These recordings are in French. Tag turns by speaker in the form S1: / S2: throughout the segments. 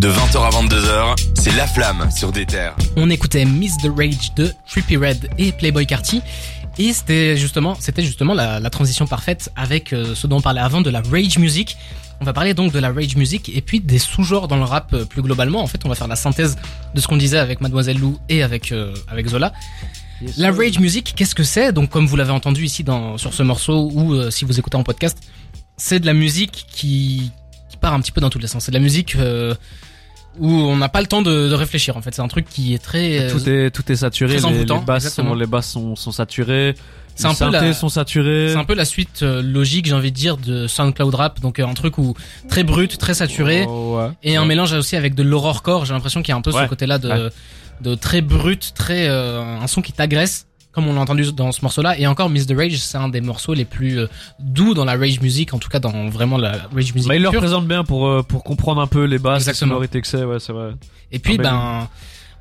S1: de 20h à 22h, c'est La Flamme sur des terres.
S2: On écoutait Miss the Rage de Trippy Red et Playboy Carty. Et c'était justement, c'était justement la, la transition parfaite avec euh, ce dont on parlait avant de la rage music. On va parler donc de la rage music et puis des sous-genres dans le rap euh, plus globalement. En fait, on va faire la synthèse de ce qu'on disait avec Mademoiselle Lou et avec euh, avec Zola. La rage music, qu'est-ce que c'est Donc, comme vous l'avez entendu ici dans sur ce morceau ou euh, si vous écoutez en podcast, c'est de la musique qui, qui part un petit peu dans tous les sens. C'est de la musique euh, où on n'a pas le temps de, de réfléchir. En fait, c'est un truc qui est très
S3: Tout est, tout est saturé,
S2: Euh, Très
S3: les, les
S2: envoûtant,
S3: basses,
S2: exactement.
S3: sont, les basses sont, sont saturées,
S2: C'est
S3: les
S2: un peu
S3: synthés
S2: la-
S3: sont saturés.
S2: C'est un peu la suite euh, logique, j'ai envie de dire, de SoundCloud Rap. Donc euh, un truc où très brut, très saturé,
S3: Oh, ouais.
S2: et un
S3: Ouais.
S2: mélange aussi avec de l'horrorcore. J'ai l'impression qu'il y a un peu ce
S3: Ouais.
S2: côté-là de,
S3: Ouais.
S2: de très brut, très euh, un son qui t'agresse, comme on l'a entendu dans ce morceau-là. Et encore, Miss the Rage, c'est un des morceaux les plus euh, doux dans la rage music, en tout cas dans vraiment la rage music
S3: Bah, il le
S2: pure.
S3: représente bien pour, euh, pour comprendre un peu les basses, les
S2: Exactement.
S3: sonorités que c'est, ouais, c'est vrai.
S2: Et puis,
S3: Ah, bah,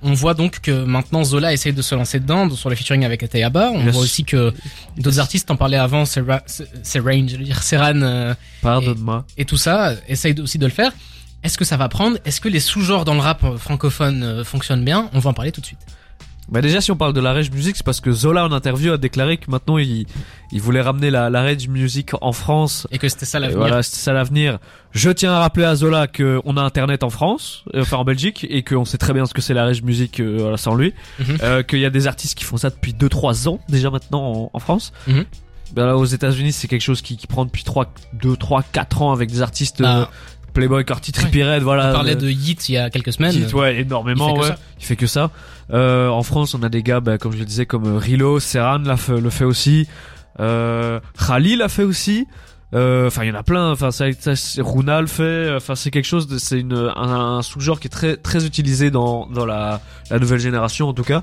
S2: ben, on voit donc que maintenant Zola essaye de se lancer dedans sur les featuring avec Atayaba. On
S3: Yes.
S2: voit aussi que d'autres artistes en parlaient avant, Serra- Serran, j'allais dire Serran. euh,
S3: Pardonne-moi.
S2: et tout ça, essaye de- aussi de le faire. Est-ce que ça va prendre Est-ce que les sous-genres dans le rap euh, francophone euh, fonctionnent bien On va en parler tout de suite.
S3: Bah déjà, si on parle de la rage music, c'est parce que Zola en interview a déclaré que maintenant il, il voulait ramener la, la rage music en France.
S2: Et que c'était ça
S3: Et
S2: l'avenir.
S3: Voilà, c'est ça l'avenir. Je tiens à rappeler à Zola que on a internet en France, euh, enfin en Belgique, et qu'on sait très bien ce que c'est la rage music euh, voilà, sans lui.
S2: Mhm.
S3: Euh, Qu'il y a des artistes qui font ça depuis 2-3 ans déjà maintenant en, en France.
S2: Mhm.
S3: Ben là, aux États-Unis, c'est quelque chose qui, qui prend depuis 3, 2, 3, 4 ans avec des artistes euh,
S2: Bah,
S3: Playboy, Carty, Trippy Red, voilà.
S2: on parlait
S3: euh,
S2: de Yeet il y a quelques semaines.
S3: Petite, ouais,
S2: il fait
S3: énormément,
S2: que
S3: ouais.
S2: ça.
S3: Il fait que ça. Euh, en France, on a des gars, bah, comme je le disais, comme euh, Rilo, Serran l'a fait- le fait aussi. Euh, Khali l'a fait aussi. Euh, Enfin, il y en a plein. Enfin, ça, ça- c'est- Runa le fait. Enfin, c'est quelque chose. de- C'est une un, un sous-genre qui est très très utilisé dans dans la la nouvelle génération, en tout cas.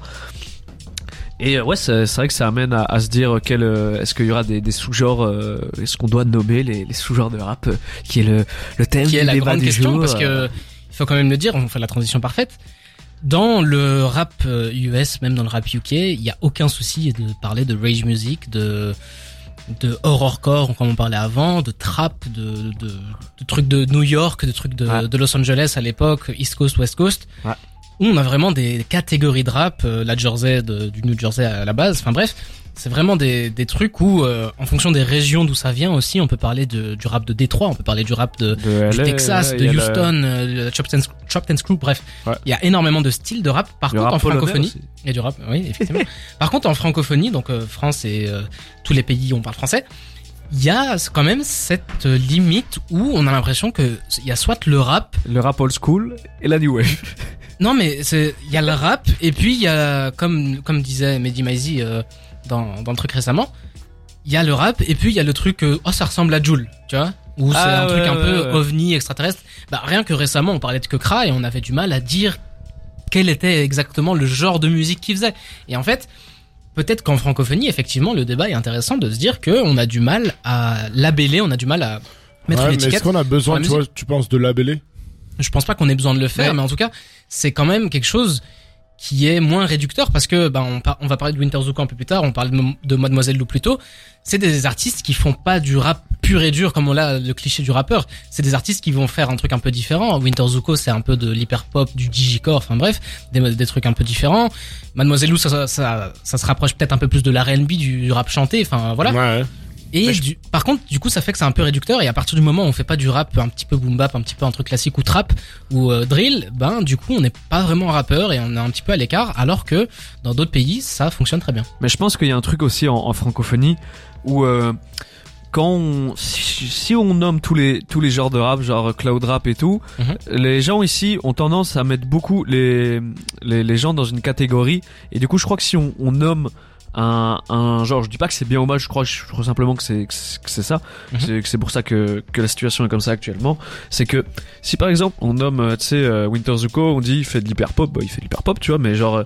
S3: Et euh, ouais, c'est c'est vrai que ça amène à, à se dire quel euh, est-ce qu'il y aura des, des sous-genres, euh, est-ce qu'on doit nommer les, les sous-genres de rap, euh, qui est le, le thème
S2: qui est
S3: du
S2: la
S3: débat
S2: grande
S3: du
S2: question
S3: jour,
S2: parce
S3: euh.
S2: que il faut quand même le dire, on fait la transition parfaite. Dans le rap euh, US, même dans le rap UK, il y a aucun souci de parler de rage music, de de horrorcore comme on parlait avant, de trap, de, de, de trucs de New York, de trucs de,
S3: Ouais.
S2: de Los Angeles à l'époque, East Coast, West Coast.
S3: Ouais.
S2: Où on a vraiment des catégories de rap, euh, la Jersey de- du New Jersey à la base. Enfin bref, c'est vraiment des, des trucs où, euh, en fonction des régions d'où ça vient aussi, on peut parler de, du rap de Détroit, on peut parler du rap de,
S3: de
S2: du
S3: LA,
S2: Texas,
S3: ouais,
S2: de
S3: il y a la-
S2: Houston, euh, de Chopped and, Sc- Chopped and Screw, bref.
S3: Ouais.
S2: Il y a énormément de styles de rap. Par
S3: le
S2: contre,
S3: rap
S2: en
S3: polonais
S2: francophonie,
S3: aussi.
S2: il y a du rap, oui, effectivement. Par contre, en francophonie, donc euh, France et euh, tous les pays où on parle français, il y a quand même cette euh, limite où on a l'impression que il y a soit le rap,
S3: Le rap old school et la new wave.
S2: non mais c'est il y a le rap et puis il y a comme comme disait Mehdi Maizi euh, dans dans le truc récemment, il y a le rap et puis il y a le truc euh, oh ça ressemble à Joule, tu vois ou c'est
S3: Ah,
S2: un truc
S3: ouais,
S2: un
S3: ouais,
S2: peu
S3: ouais.
S2: ovni extraterrestre. Bah rien que récemment on parlait de Kekra et on avait du mal à dire quel était exactement le genre de musique qu'il faisait. Et en fait, peut-être qu'en francophonie effectivement le débat est intéressant de se dire que on a du mal à labeller, on a du mal à mettre
S4: Ouais,
S2: une
S4: mais est-ce
S2: étiquette.
S4: qu'on a besoin,
S2: pour la
S4: tu vois, tu penses, de labeller
S2: Je pense pas qu'on ait besoin de le faire,
S3: Ouais.
S2: mais en tout cas, c'est quand même quelque chose qui est moins réducteur parce que ben on, par- on va parler de Winter Zuko un peu plus tard, on parle de, Mo- de Mademoiselle Lou plus tôt. C'est des artistes qui font pas du rap pur et dur comme on l'a le cliché du rappeur. C'est des artistes qui vont faire un truc un peu différent. Winter Zuko c'est un peu de l'hyper pop, du digicore, enfin bref, des, des trucs un peu différents. Mademoiselle Lou ça ça, ça, ça se rapproche peut-être un peu plus de la R&B, du, du rap chanté, enfin voilà.
S4: Ouais.
S2: Et
S3: Bah,
S4: Mais je-
S2: du- par contre, du coup, ça fait que c'est un peu réducteur. Et à partir du moment où on fait pas du rap un petit peu boom bap, un petit peu un truc classique ou trap ou euh, drill, ben du coup, on n'est pas vraiment rappeur et on est un petit peu à l'écart. Alors que dans d'autres pays, ça fonctionne très bien.
S3: Mais je pense qu'il y a un truc aussi en, en francophonie où euh, quand on, si, si on nomme tous les tous les genres de rap, genre cloud rap et tout,
S2: Mhm.
S3: les gens ici ont tendance à mettre beaucoup les les, les gens dans une catégorie. Et du coup, je crois que si on, on nomme un, un genre, je dis pas que c'est bien ou mal, je crois, je crois simplement que c'est que c'est- que c'est ça,
S2: Mhm.
S3: c'est que c'est pour ça que que la situation est comme ça actuellement. C'est que si par exemple on nomme euh, tu sais euh, Winter Zuko, on dit il fait de l'hyper pop, bah, il fait de l'hyper pop, tu vois, mais genre euh,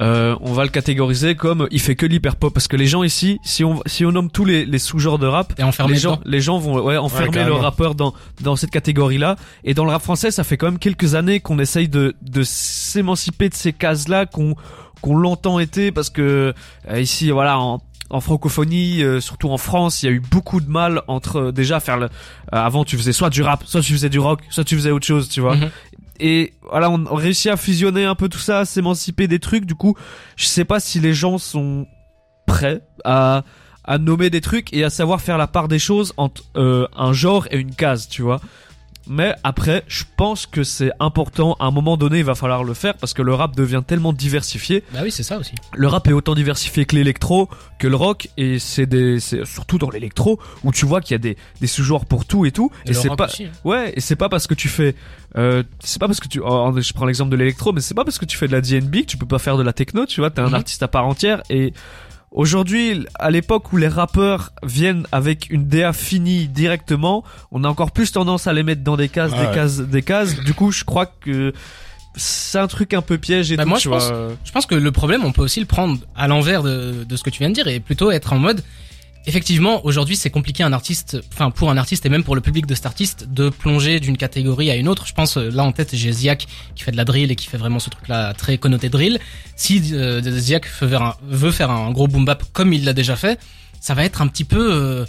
S3: euh, on va le catégoriser comme il fait que l'hyper pop parce que les gens ici, si on si on nomme tous les, les sous-genres de rap,
S2: Et enfermé
S3: les gens
S2: dedans.
S3: les gens vont ouais enfermer le
S4: carrément.
S3: rappeur dans dans cette catégorie là et dans le rap français ça fait quand même quelques années qu'on essaye de de s'émanciper de ces cases là qu'on qu'on longtemps été parce que euh, ici voilà en en francophonie, euh, surtout en France, il y a eu beaucoup de mal entre euh, déjà faire le. euh, avant, tu faisais soit du rap, soit tu faisais du rock, soit tu faisais autre chose, tu vois.
S2: Mhm.
S3: et voilà, on, on réussit à fusionner un peu tout ça, à s'émanciper des trucs. Du coup, je sais pas si les gens sont prêts à à nommer des trucs et à savoir faire la part des choses entre euh, un genre et une case, tu vois. Mais après, je pense que c'est important. À un moment donné, il va falloir le faire parce que le rap devient tellement diversifié
S2: Bah oui, c'est ça aussi.
S3: le rap est autant diversifié que l'électro, que le rock, et c'est des, c'est surtout dans l'électro où tu vois qu'il y a des, des sous-genres pour tout et tout, et,
S2: le
S3: c'est
S2: rock
S3: pas,
S2: aussi, hein.
S3: ouais, et c'est pas parce que tu fais, euh, c'est pas parce que tu, oh, je prends l'exemple de l'électro, mais c'est pas parce que tu fais de la DNB que tu peux pas faire de la techno, tu vois, t'es un
S2: Mhm.
S3: artiste à part entière, et aujourd'hui, à l'époque où les rappeurs viennent avec une DA finie directement, on a encore plus tendance à les mettre dans des cases,
S4: Ah
S3: des
S4: ouais.
S3: cases, des cases, du coup, je crois que c'est un truc un peu piège et
S2: Bah
S3: tout,
S2: moi,
S3: tu
S2: je
S3: vois.
S2: pense- Je pense que le problème, on peut aussi le prendre à l'envers de, de ce que tu viens de dire et plutôt être en mode. Effectivement, aujourd'hui, c'est compliqué un artiste, enfin pour un artiste et même pour le public de cet artiste, de plonger d'une catégorie à une autre. Je pense euh, là en tête, j'ai Ziak qui fait de la drill et qui fait vraiment ce truc-là très connoté drill. Si euh, Ziak veut faire, un, veut faire un gros boom bap comme il l'a déjà fait, ça va être un petit peu, euh,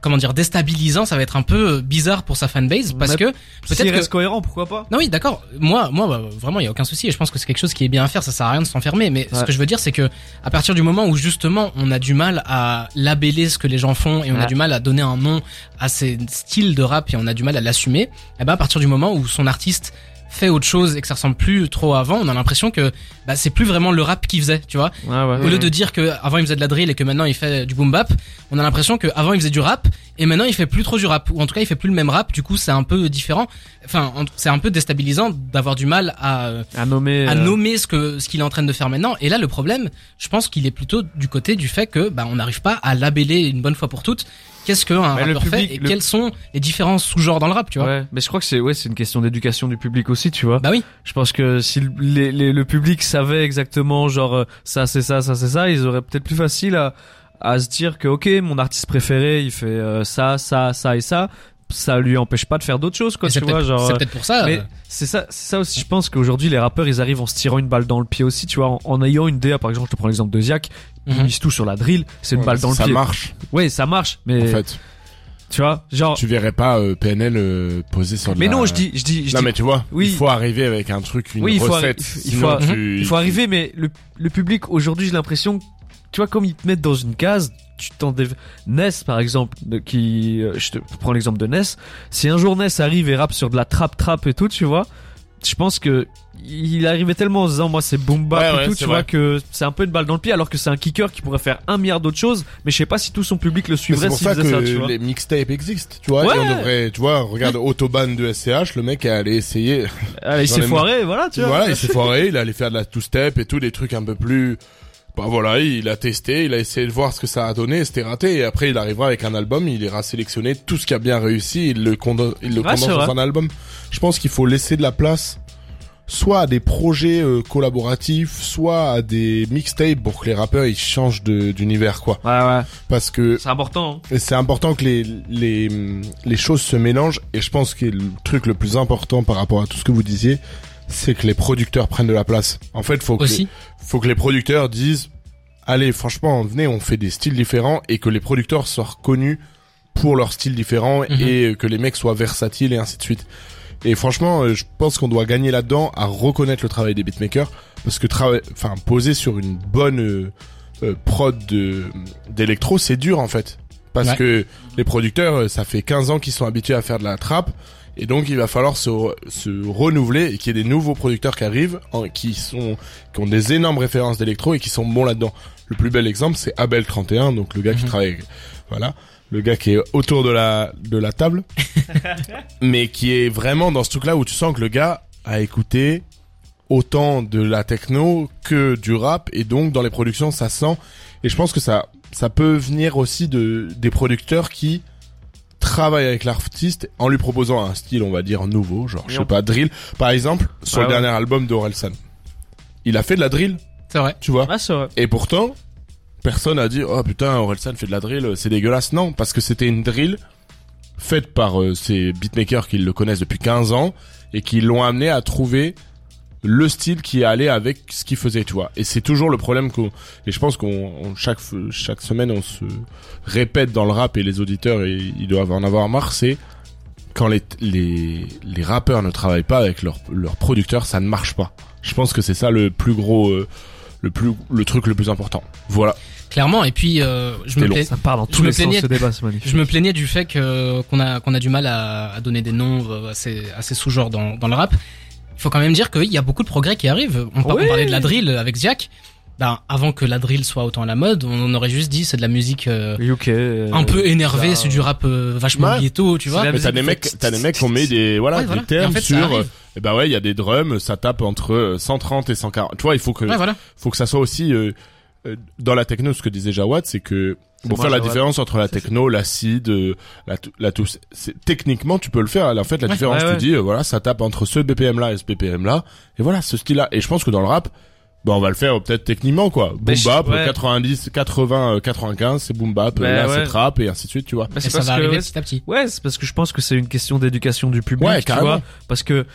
S2: comment dire, déstabilisant. Ça va être un peu euh, bizarre pour sa fanbase parce
S3: Mais
S2: que
S3: S'il
S2: peut-être que
S3: reste cohérent, pourquoi pas?
S2: non oui, d'accord. Moi, moi, bah, vraiment, il y a aucun souci. Et je pense que c'est quelque chose qui est bien à faire. Ça sert à rien de s'enfermer. Mais ce
S3: Ouais.
S2: que je veux dire, c'est que à partir du moment où justement on a du mal à labeller ce que les gens font et on a
S3: Ouais.
S2: du mal à donner un nom à ces styles de rap et on a du mal à l'assumer, eh ben à partir du moment où son artiste fait autre chose et que ça ressemble plus trop à avant, on a l'impression que bah, c'est plus vraiment le rap qu'il faisait, tu vois. Au lieu de dire que avant il faisait de la drill et que maintenant il fait du boom bap, on a l'impression que avant il faisait du rap et maintenant il fait plus trop du rap ou en tout cas il fait plus le même rap. Du coup, c'est un peu différent. Enfin, en- c'est un peu déstabilisant d'avoir du mal à, euh,
S3: à nommer.
S2: à
S3: euh,
S2: nommer ce que ce qu'il est en train de faire maintenant. Et là, le problème, je pense qu'il est plutôt du côté du fait que bah on n'arrive pas à labeller une bonne fois pour toutes qu'est-ce qu'un
S3: Bah, le
S2: rappeur fait
S3: public,
S2: et
S3: le-
S2: quels sont les différents sous-genres dans le rap, tu vois.
S3: Ouais, mais je crois que c'est ouais, c'est une question d'éducation du public aussi, tu vois.
S2: Bah oui.
S3: Je pense que si le- les, les- le public savait exactement genre euh, ça c'est ça, ça c'est ça, ils auraient peut-être plus facile à à se dire que OK, mon artiste préféré, il fait euh, ça, ça, ça et ça, ça lui empêche pas de faire d'autres choses quoi,
S2: Et c'est
S3: tu vois,
S2: peut-être
S3: genre
S2: c'est
S3: euh,
S2: peut-être pour ça.
S3: mais
S2: euh,
S3: c'est ça, c'est ça aussi. Je pense qu'aujourd'hui, les rappeurs, ils arrivent en se tirant une balle dans le pied aussi, tu vois, en, en ayant une DA. Par exemple, je te prends l'exemple de Ziak, il
S2: mhm.
S3: mise tout sur la drill, c'est une
S4: Ouais,
S3: balle dans le
S4: ça
S3: pied.
S4: marche,
S3: Ouais, ça marche, mais
S4: en fait.
S3: tu vois, genre.
S4: Tu verrais pas euh, PNL euh, posé sur de
S3: Oh. Mais
S4: la-
S3: non, je dis, je dis, je
S4: non,
S3: dis-
S4: mais tu vois,
S3: Oui.
S4: il faut arriver avec un truc, une
S3: Oui, il faut
S4: recette.
S3: arri- il
S4: sinon
S3: faut-
S4: tu-
S3: Il faut arriver, mais le, le public aujourd'hui, j'ai l'impression, que, tu vois, comme ils te mettent dans une case, tu t'en dév... Ness, par exemple, de- qui, euh, je te prends l'exemple de Ness. Si un jour Ness arrive et rappe sur de la trap trap et tout, tu vois, je pense que il arrivait tellement en se disant, moi, c'est boom bap
S4: Ouais,
S3: et
S4: ouais,
S3: tout,
S4: c'est
S3: tu vois,
S4: vrai.
S3: que c'est un peu une balle dans le pied, alors que c'est un kicker qui pourrait faire un milliard d'autres choses, mais je sais pas si tout son public le
S4: Mais C'est
S3: suivrait
S4: pour
S3: s'il
S4: ça que
S3: faisait ça, tu vois.
S4: les mixtapes existent, tu vois.
S3: Ouais.
S4: et on devrait, tu vois, regarde Autobahn de SCH, le mec est allé essayer.
S3: Allez, il
S4: dans
S3: s'est
S4: les-
S3: foiré, voilà, tu vois.
S4: voilà, il s'est foiré, il est allé faire de la two-step et tout, des trucs un peu plus. Bah voilà, il a testé, il a essayé de voir ce que ça a donné, c'était raté. Et après, il arrivera avec un album, il ira sélectionner tout ce qui a bien réussi, il le, condo- il le
S3: Ouais,
S4: condense
S3: c'est vrai.
S4: dans un album. Je pense qu'il faut laisser de la place soit à des projets euh, collaboratifs, soit à des mixtapes pour que les rappeurs ils changent de- d'univers quoi.
S3: Ouais, ouais.
S4: Parce que
S3: C'est important. hein.
S4: et C'est important que les, les, les choses se mélangent et je pense que le truc le plus important par rapport à tout ce que vous disiez, c'est que les producteurs prennent de la place. En fait, faut que,
S2: aussi.
S4: faut que les producteurs disent, allez, franchement, venez, on fait des styles différents et que les producteurs soient reconnus pour leurs styles différents
S2: Mhm.
S4: et que les mecs soient versatiles et ainsi de suite. Et franchement, euh, je pense qu'on doit gagner là-dedans à reconnaître le travail des beatmakers parce que trava- enfin poser sur une bonne euh, euh, prod de d'électro, c'est dur en fait parce
S2: Ouais.
S4: que les producteurs euh, ça fait 15 ans qu'ils sont habitués à faire de la trappe et donc il va falloir se, re- se renouveler et qu'il y ait des nouveaux producteurs qui arrivent hein, qui sont qui ont des énormes références d'électro et qui sont bons là-dedans. Le plus bel exemple c'est Abel 31 donc le gars qui
S2: Mhm.
S4: travaille avec- voilà le gars qui est autour de la de la table, mais qui est vraiment dans ce truc-là où tu sens que le gars a écouté autant de la techno que du rap et donc dans les productions ça sent et je pense que ça ça peut venir aussi de des producteurs qui travaillent avec l'artiste en lui proposant un style on va dire nouveau genre je
S3: Et
S4: sais
S3: on-
S4: pas drill par exemple sur
S3: Ah
S4: le
S3: ouais.
S4: dernier album d'Orelsan il a fait de la drill
S2: C'est vrai.
S4: tu vois
S3: hein. Ouais, c'est vrai.
S4: et pourtant, personne a dit oh putain Orelsan fait de la drill, c'est dégueulasse. Non, parce que c'était une drill faite par euh, ces beatmakers qui le connaissent depuis 15 ans et qui l'ont amené à trouver le style qui allait avec ce qu'il faisait, tu vois. Et c'est toujours le problème qu'on et je pense qu'on on- chaque chaque semaine on se répète dans le rap et les auditeurs et ils doivent en avoir marre, c'est quand les, les, les rappeurs ne travaillent pas avec leurs leurs producteurs, ça ne marche pas. Je pense que c'est ça le plus gros, euh, le plus, le truc le plus important. Voilà.
S2: Clairement. Et puis, euh, je, me
S4: C'était long.
S2: plais-
S3: Ça part dans
S2: Je
S3: tous
S2: me
S3: les sens
S2: plaignais-
S3: ce débat, c'est magnifique.
S2: je me plaignais du fait que qu'on a qu'on a du mal à, à donner des noms euh, à ces, à ces sous-genres dans, dans le rap. Il faut quand même dire qu'il y a beaucoup de progrès qui arrivent. On, par-
S3: Oui.
S2: on parlait de la drill avec Ziak. Ben, avant que la drill soit autant à la mode, on aurait juste dit c'est de la musique euh,
S3: UK. euh,
S2: un peu énervée,
S3: ça-
S2: c'est du rap euh, vachement
S4: Ouais.
S2: ghetto, tu
S3: C'est
S2: vois.
S3: la-
S4: Mais t'as
S3: musique
S4: des
S3: fait-
S4: mecs, t'as des mecs qui ont mis des, voilà,
S2: Ouais,
S4: des
S2: voilà. Et
S4: termes
S2: en fait, ça
S4: sur,
S2: arrive.
S4: et ben ouais, il y a des drums, ça tape entre euh, 130 et 140. Tu vois, il faut que,
S2: Ouais, voilà.
S4: faut que ça soit aussi euh, euh, dans la techno. Ce que disait Jawad, c'est que
S3: C'est
S4: pour
S3: moi,
S4: faire la
S3: Jawad.
S4: différence entre la techno, l'acide, euh, la tou- la tousse, c'est techniquement tu peux le faire. En fait, la
S2: Ouais.
S4: différence,
S3: Ouais,
S4: tu
S3: ouais.
S4: dis, euh, voilà, ça tape entre ce BPM là et ce BPM là, et voilà, ce style là. Et je pense que dans le rap, ben on va le faire euh, peut-être techniquement quoi.
S2: Bah,
S3: Mais
S4: Boom
S3: je-
S4: bap,
S3: ouais.
S4: 90, 80, euh, 95, c'est boom bap.
S2: Bah,
S3: Ouais,
S4: là,
S3: ouais.
S4: c'est trap et ainsi de suite, tu vois.
S3: Bah, c'est
S2: Et ça
S3: parce
S2: va
S3: que,
S2: arriver
S3: ouais,
S2: petit à petit.
S3: Ouais, c'est parce que je pense que c'est une question d'éducation du public,
S4: Ouais,
S3: tu
S4: carrément.
S3: vois. Parce que,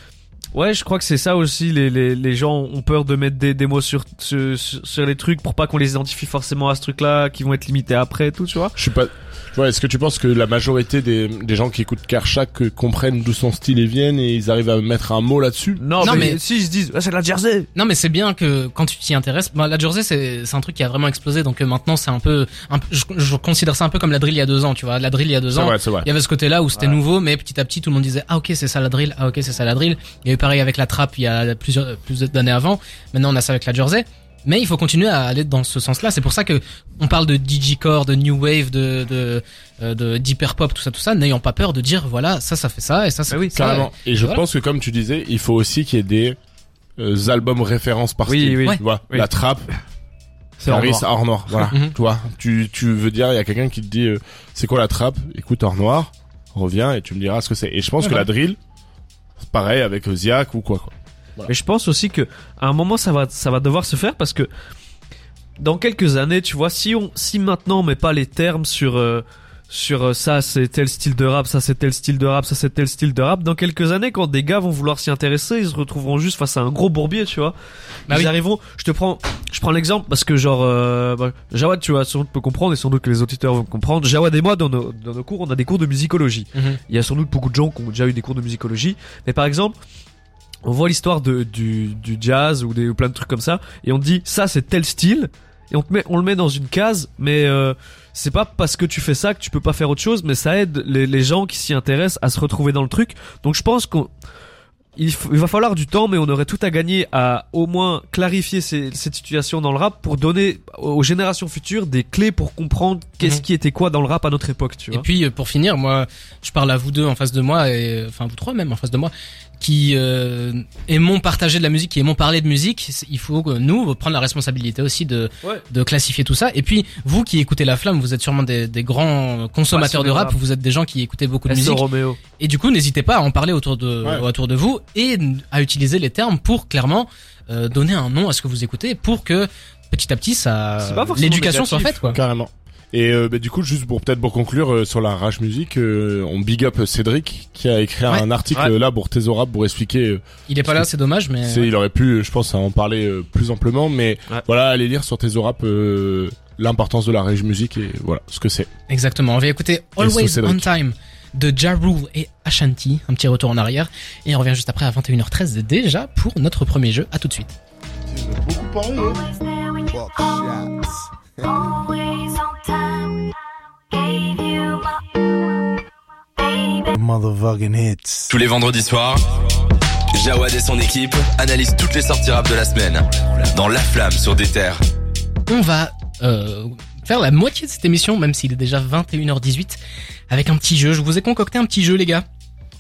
S3: ouais, je crois que c'est ça aussi. Les, les, les gens ont peur de mettre des, des mots sur, sur, sur les trucs pour pas qu'on les identifie forcément à ce truc-là, qui vont être limités après, et tout, tu vois.
S4: Je suis pas. Tu vois, est-ce que tu penses que la majorité des, des gens qui écoutent Karchak euh, comprennent d'où son style et viennent et ils arrivent à mettre un mot là-dessus
S3: Non,
S2: Non,
S3: mais,
S2: mais-
S3: si ils se disent, ah, c'est de la Jersey.
S2: Non, mais c'est bien que quand tu t'y intéresses, bah, la Jersey c'est c'est un truc qui a vraiment explosé. Donc euh, maintenant c'est un peu, un peu- je, je considère ça un peu comme la drill il y a deux ans, tu vois. La drill il y a deux
S4: C'est
S2: ans,
S4: vrai, c'est vrai.
S2: il y avait ce côté-là où c'était
S3: Ouais.
S2: nouveau, mais petit à petit tout le monde disait ah ok c'est ça la drill, ah ok c'est ça la drill. Il y a eu pareil avec la trap il y a plusieurs euh, plus d'années avant. Maintenant on a ça avec la Jersey. Mais il faut continuer à aller dans ce sens-là. C'est pour ça que on parle de digicore, de new wave, de de, euh, de d'hyper pop, tout ça, tout ça, n'ayant pas peur de dire voilà ça ça fait ça et ça ça
S3: Ah oui,
S2: fait ça.
S4: Carrément. Et je
S2: Voilà.
S4: pense que comme tu disais, il faut aussi qu'il y ait des euh, albums références par
S3: Oui,
S4: style.
S3: oui. Ah
S4: Tu vois,
S3: Oui.
S4: la trappe,
S3: C'est
S4: Paris,
S3: noir.
S4: hors noir. Voilà.
S2: Mhm.
S4: tu vois, tu, tu veux dire, il y a quelqu'un qui te dit, euh, c'est quoi la trappe Écoute hors noir, reviens et tu me diras ce que c'est. Et je pense
S2: Ouais,
S4: que
S2: voilà.
S4: la drill, c'est pareil avec euh, Ziak ou quoi. quoi.
S3: Mais je pense aussi que à un moment ça va ça va devoir se faire parce que dans quelques années, tu vois, si on si maintenant on met pas les termes sur euh, sur euh, ça c'est tel style de rap, ça c'est tel style de rap, ça c'est tel style de rap, dans quelques années quand des gars vont vouloir s'y intéresser, ils se retrouveront juste face à un gros bourbier, tu vois.
S2: Bah
S3: ils
S2: oui.
S3: arriveront, je te prends je prends l'exemple parce que genre euh, bah, Jawad, tu vas sans doute peut comprendre et sans doute que les auditeurs vont comprendre. Jawad et moi dans nos dans nos cours, on a des cours de musicologie.
S2: Mhm.
S3: Il y a sans doute beaucoup de gens qui ont déjà eu des cours de musicologie, mais par exemple, on voit l'histoire de, du, du jazz ou des ou plein de trucs comme ça, et on te dit ça c'est tel style, et on, te met, on le met dans une case, mais euh, c'est pas parce que tu fais ça que tu peux pas faire autre chose, mais ça aide les, les gens qui s'y intéressent à se retrouver dans le truc. Donc je pense qu'on il, f- il va falloir du temps, mais on aurait tout à gagner à au moins clarifier ces- cette situation dans le rap pour donner aux aux générations futures des clés pour comprendre qu'est-ce
S2: Mhm.
S3: qui était quoi dans le rap à notre époque, tu
S2: Et
S3: vois.
S2: puis euh, pour finir, moi, je parle à vous deux en face de moi, et enfin vous trois même en face de moi, qui euh, aimons partager de la musique, qui aimons parler de musique. C'est- Il faut que nous prendre la responsabilité aussi de
S3: Ouais.
S2: de classifier tout ça. Et puis vous qui écoutez la flamme, vous êtes sûrement des, des grands consommateurs
S3: Passionnés
S2: de
S3: de
S2: rap,
S3: rap.
S2: vous êtes des gens qui écoutez beaucoup de
S3: S.O.
S2: musique.
S3: Romeo.
S2: Et du coup, n'hésitez pas à en parler autour de
S4: Ouais.
S2: autour de vous et à utiliser les termes pour clairement euh, donner un nom à ce que vous écoutez, pour que petit à petit
S3: C'est
S2: ça
S3: pas forcément
S2: l'éducation soit
S3: négatif.
S2: faite quoi.
S4: Carrément. Et euh, bah, du coup, juste pour peut-être pour conclure euh, sur la rage musique, euh, on big up Cédric qui a écrit
S2: Ouais.
S4: un article
S3: Ouais.
S4: euh, là pour Thésorab pour expliquer. euh,
S2: Il est pas là, c'est dommage, mais
S4: c'est- Il aurait pu, euh, je pense, en parler euh, plus amplement, mais
S3: Ouais.
S4: voilà, allez lire sur Thésorab euh, l'importance de la rage musique et voilà ce que c'est.
S2: Exactement. On va écouter
S4: Et
S2: Always
S4: sous
S2: on
S4: Cédric.
S2: Time de Ja Rule et Ashanti. Un petit retour en arrière. Et on revient juste après à 21h13 déjà pour notre premier jeu. À tout de suite.
S5: Always there when you
S6: Buckshots.
S5: always on time. Gave you my baby.
S6: Motherfucking hits.
S1: Tous les vendredis soirs, Jawad et son équipe analysent toutes les sorties rap de la semaine dans La Flamme sur des terres.
S2: On va euh, faire la moitié de cette émission, même s'il est déjà 21h18, avec un petit jeu. Je vous ai concocté un petit jeu, les gars.